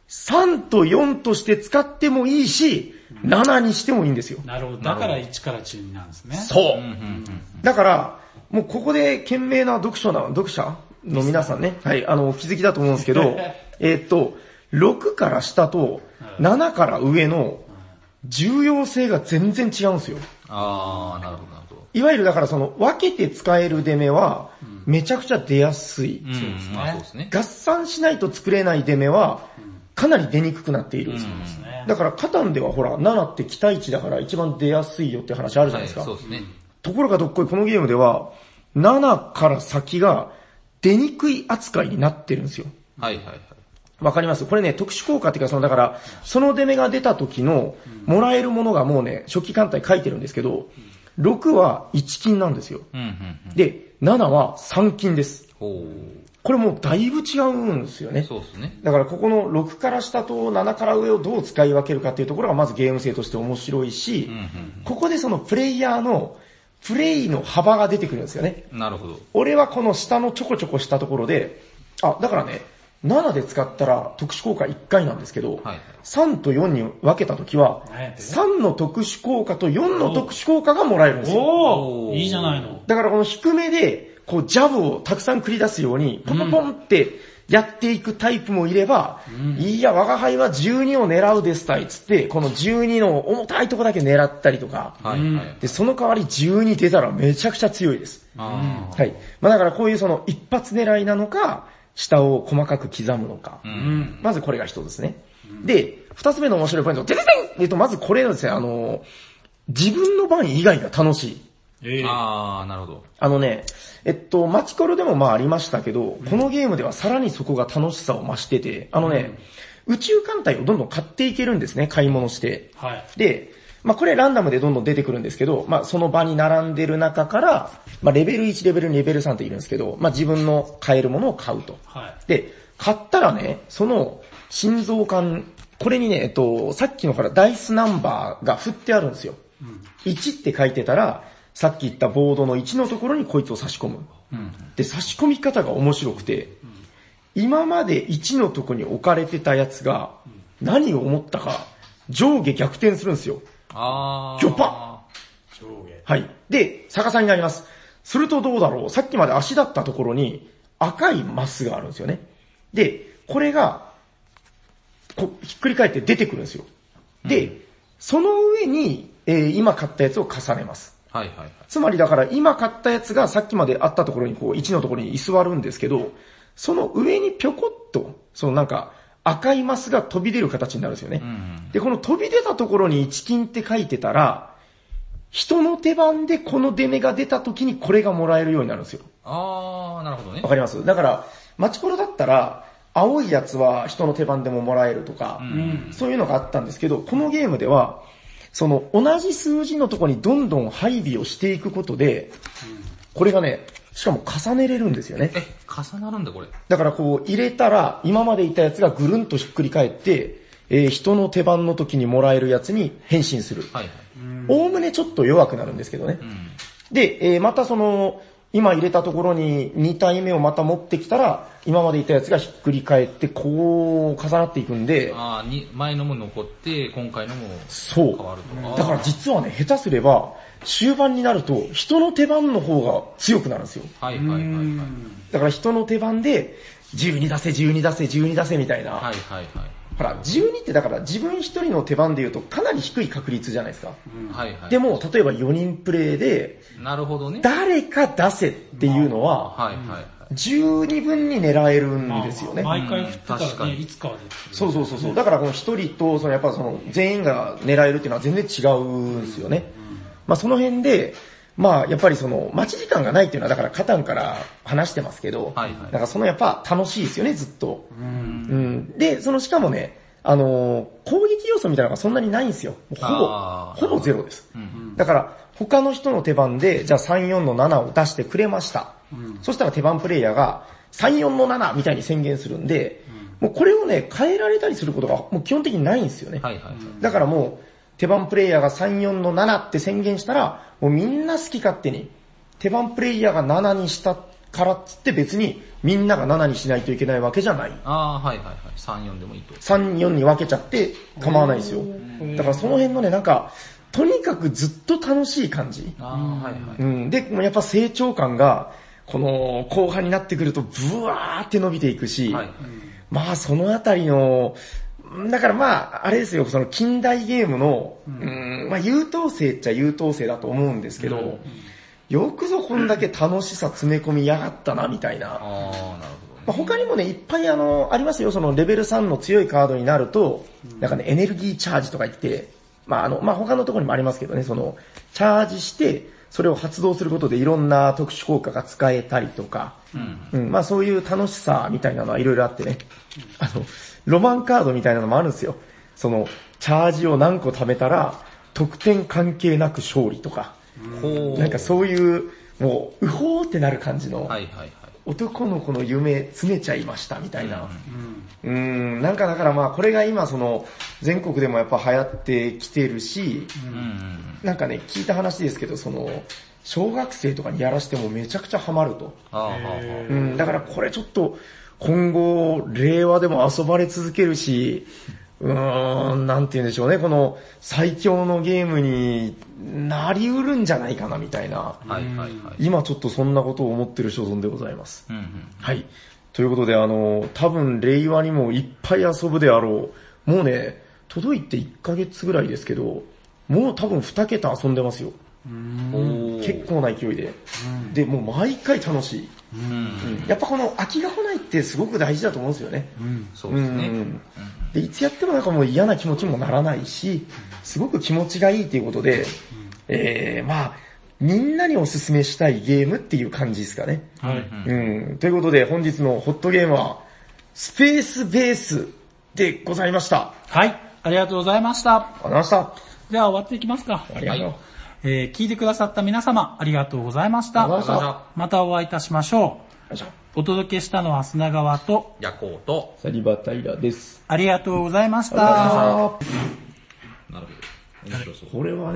Speaker 2: 3と4として使ってもいいし、7にしてもいいんですよ。
Speaker 1: なるほど。だから1から12なんですね。
Speaker 2: そう。だから、もうここで懸命な読書な、読者の皆さんね、はい、あの、お気づきだと思うんですけ ど、えーっと、6から下と7から上の重要性が全然違うんですよ。
Speaker 3: あー、なるほど、なるほど。
Speaker 2: いわゆるだからその分けて使える出目はめちゃくちゃ出やすい。
Speaker 3: そうですね。まあそうですね。
Speaker 2: 合算しないと作れない出目はかなり出にくくなっている。
Speaker 1: ですね。
Speaker 2: だからカタンではほら7って期待値だから一番出やすいよって話あるじゃないですか。
Speaker 3: はいそうですね。
Speaker 2: ところがどっこいこのゲームでは、7から先が出にくい扱いになってるんですよ。
Speaker 3: はいはいはい。
Speaker 2: わかりますこれね、特殊効果っていうか、その、だから、その出目が出た時の、もらえるものがもうね、初期艦隊書いてるんですけど、6は1金なんですよ。
Speaker 3: うんうんうん。
Speaker 2: で、7は3金です。
Speaker 3: ほ
Speaker 2: これもうだいぶ違うんですよ
Speaker 3: う。
Speaker 2: ね。
Speaker 3: そうですね。
Speaker 2: だからここの6から下と7から上をどう使い分けるかっていうところがまずゲーム性として面白いし、
Speaker 3: うん
Speaker 2: ここでそのプレイヤーの、プレイの幅が出てくるんですよね。
Speaker 3: うん。なるほど。
Speaker 2: 俺はこの下のちょこちょこしたところで、あ、だからね、7で使ったら特殊効果1回なんですけど、
Speaker 3: はい
Speaker 2: 3と4に分けたときは
Speaker 1: 何やっ、て
Speaker 2: 3の特殊効果と4の特殊効果がもらえるんですよ。
Speaker 1: お
Speaker 3: お
Speaker 1: ー
Speaker 3: ー
Speaker 1: いいじゃないの。
Speaker 2: だからこの低めで、こうジャブをたくさん繰り出すように、ポンポンポンってやっていくタイプもいれば、いや、我が輩は12を狙うですたいっつって、この12の重たいとこだけ狙ったりとか、
Speaker 3: はいはい。
Speaker 2: で、その代わり12出たらめちゃくちゃ強いです。
Speaker 3: あ
Speaker 2: はい。まあだからこういうその一発狙いなのか、下を細かく刻むのか。
Speaker 3: ー。う。
Speaker 1: うんん。
Speaker 2: まずこれが一つですね。で、二つ目の面白いポイント。てててんえっと、まずこれのですね、あの、自分の番以外が楽しい。
Speaker 1: ええ
Speaker 3: あー、なるほど。
Speaker 2: あのね、えっと、マチコロでもまあありましたけど、このゲームではさらにそこが楽しさを増してて、あのね、宇宙艦隊をどんどん買っていけるんですね、買い物して。
Speaker 1: はい。
Speaker 2: で、まあこれランダムでどんどん出てくるんですけど、まあその場に並んでる中から、まあレベル1、レベル2、レベル3っているんですけど、まあ自分の買えるものを買うと。
Speaker 1: はい。
Speaker 2: で、買ったらね、その心臓管、これにね、えっと、さっきのほらダイスナンバーが振ってあるんですよ。1って書いてたら、さっき言ったボードの1のところにこいつを差し込む。で、差し込み方が面白くて、今まで1のとこに置かれてたやつが、何を思ったか、上下逆転するんですよ。
Speaker 3: あー。
Speaker 2: ギョパ
Speaker 1: 上下。
Speaker 2: はい。で、逆さになります。するとどうだろうさっきまで足だったところに赤いマスがあるんですよね。で、これが、こうひっくり返って出てくるんですよ。で、その上に、えー今買ったやつを重ねます。
Speaker 3: はいはいはい。
Speaker 2: つまりだから今買ったやつがさっきまであったところにこう1のところに居座るんですけど、その上にぴょこっと、そのなんか赤いマスが飛び出る形になるんですよね。
Speaker 3: うんうん。
Speaker 2: で、この飛び出たところに1金って書いてたら、人の手番でこの出目が出た時にこれがもらえるようになるんですよ。
Speaker 3: あー、なるほどね
Speaker 2: わ。かりますだから、マチコロだったら、青いやつは人の手番でももらえるとか、
Speaker 1: うん。
Speaker 2: そういうのがあったんですけど、このゲームでは、その同じ数字のところにどんどん配備をしていくことで、これがね、しかも重ねれるんですよね。
Speaker 3: え、重なるんだこれ。
Speaker 2: だからこう入れたら、今までいたやつがぐるんとひっくり返って、えー人の手番の時にもらえるやつに変身する。
Speaker 3: はいはい。
Speaker 2: おおむねちょっと弱くなるんですけどね。で、えーまたその、今入れたところに2体目をまた持ってきたら、今までいたやつがひっくり返って、こう重なっていくんで、
Speaker 3: あー、に、前のも残って、今回のも
Speaker 2: そ
Speaker 3: 変わる
Speaker 2: う。
Speaker 3: と。
Speaker 2: だから実はね、下手すれば、終盤になると、人の手番の方が強くなるんですよ。
Speaker 3: あーはいはいはいはい。
Speaker 2: だから人の手番で、12出せ、12出せ、12出せみたいな。
Speaker 3: はいはいはい。
Speaker 2: ほら、12ってだから自分一人の手番で言うとかなり低い確率じゃないですか。
Speaker 3: はいはい。
Speaker 2: でも、例えば4人プレイで、
Speaker 3: なるほどね。
Speaker 2: 誰か出せっていうのは、
Speaker 3: はいはいはい。
Speaker 2: 十二分に狙えるんですよね。
Speaker 1: 毎回振ってた
Speaker 3: うん確
Speaker 1: ら
Speaker 3: か
Speaker 1: ね、
Speaker 3: に
Speaker 1: いつかは出てくる。
Speaker 2: そうそうそうそう。だからこの一人と、そのやっぱその全員が狙えるっていうのは全然違うんですよね。まあその辺で、まあやっぱりその待ち時間がないっていうのはだからカタンから話してますけど、
Speaker 3: はいはい
Speaker 2: だからそのやっぱ楽しいですよね、ずっと。うんで、そのしかもね、あのー攻撃要素みたいなのがそんなにないんですよ。もう
Speaker 3: あー
Speaker 2: ほぼ、ほぼゼロです。
Speaker 3: うん
Speaker 2: だから、他の人の手番で、じゃあ34の7を出してくれました。そしたら手番プレイヤーが、34の7みたいに宣言するんで、もうこれをね、変えられたりすることがもう基本的にないんですよね。
Speaker 3: はいはい。
Speaker 2: だからもう、手番プレイヤーが34の7って宣言したら、もうみんな好き勝手に、手番プレイヤーが7にしたからっつって別にみんなが7にしないといけないわけじゃない。
Speaker 3: ああー、はいはいはい。3、4でもいいと。
Speaker 2: 3、4に分けちゃって構わないですよ。だからその辺のね、なんか、とにかくずっと楽しい感じ。
Speaker 3: ああ、はいは
Speaker 2: う
Speaker 3: い。
Speaker 2: ん。で、もうやっぱ成長感が、この後半になってくるとブワーって伸びていくし、
Speaker 3: はい。
Speaker 2: まあそのあたりの、だからまあ、あれですよ、その近代ゲームの、うんまあ優等生っちゃ優等生だと思うんですけど、よくぞこんだけ楽しさ詰め込みやがったな、みたいな。
Speaker 3: ああ、なるほどね。
Speaker 2: まあ、他にもね、いっぱいあの、ありますよ、そのレベル3の強いカードになると、なんかね、エネルギーチャージとか言って、まああの、まあ他のところにもありますけどね、その、チャージして、それを発動することでいろんな特殊効果が使えたりとか、うん、まあそういう楽しさみたいなのはいろいろあってね、あの、ロマンカードみたいなのもあるんですよ。その、チャージを何個貯めたら、得点関係なく勝利とか、
Speaker 3: ほう。
Speaker 2: なんかそういう、もう、うほーってなる感じの、
Speaker 3: はいはいはい。
Speaker 2: 男の子の夢詰めちゃいましたみたいな。うん、んなんかだからまあこれが今その全国でもやっぱ流行ってきてるし、
Speaker 3: うん。
Speaker 2: なんかね聞いた話ですけどその、小学生とかにやらしてもめちゃくちゃハマると。
Speaker 3: ああ、はあはあ。
Speaker 2: うん、だからこれちょっと今後令和でも遊ばれ続けるし、うーん、なんて言うんでしょうね、この最強のゲームになりうるんじゃないかなみたいな。
Speaker 3: はいはいはい。
Speaker 2: 今ちょっとそんなことを思ってる所存でございます。
Speaker 3: うんうん。
Speaker 2: はい。ということで、あの、多分、令和にもいっぱい遊ぶであろう。もうね、届いて1ヶ月ぐらいですけど、もう多分2桁遊んでますよ。
Speaker 3: おー
Speaker 2: 結構な勢いで。で、もう毎回楽しい。
Speaker 3: うん。
Speaker 2: やっぱこの飽きが来ないってすごく大事だと思うんですよね。
Speaker 3: そうですね。
Speaker 2: うんで、いつやってもなんかもう嫌な気持ちもならないし、すごく気持ちがいいということで、えー、まあ、みんなにおすすめしたいゲームっていう感じですかね。
Speaker 1: はい。
Speaker 2: うん。ということで、本日のホットゲームは、スペースベースでございました。
Speaker 1: はい。ありがとうございました。
Speaker 2: ありがとうございました。
Speaker 1: じゃあ終わっていきますか。
Speaker 2: ありがとう。
Speaker 1: えー、聞いてくださった皆様、ありがとうございました。
Speaker 2: ありがとうございました
Speaker 1: またお会いいたしましょ
Speaker 2: よいしょ
Speaker 1: う。お届けしたのは砂川と、
Speaker 3: 夜行と、
Speaker 2: サリバータイラーです。
Speaker 1: ありがとうございました。
Speaker 2: あ
Speaker 3: なるほど。面白そう。
Speaker 2: これはね、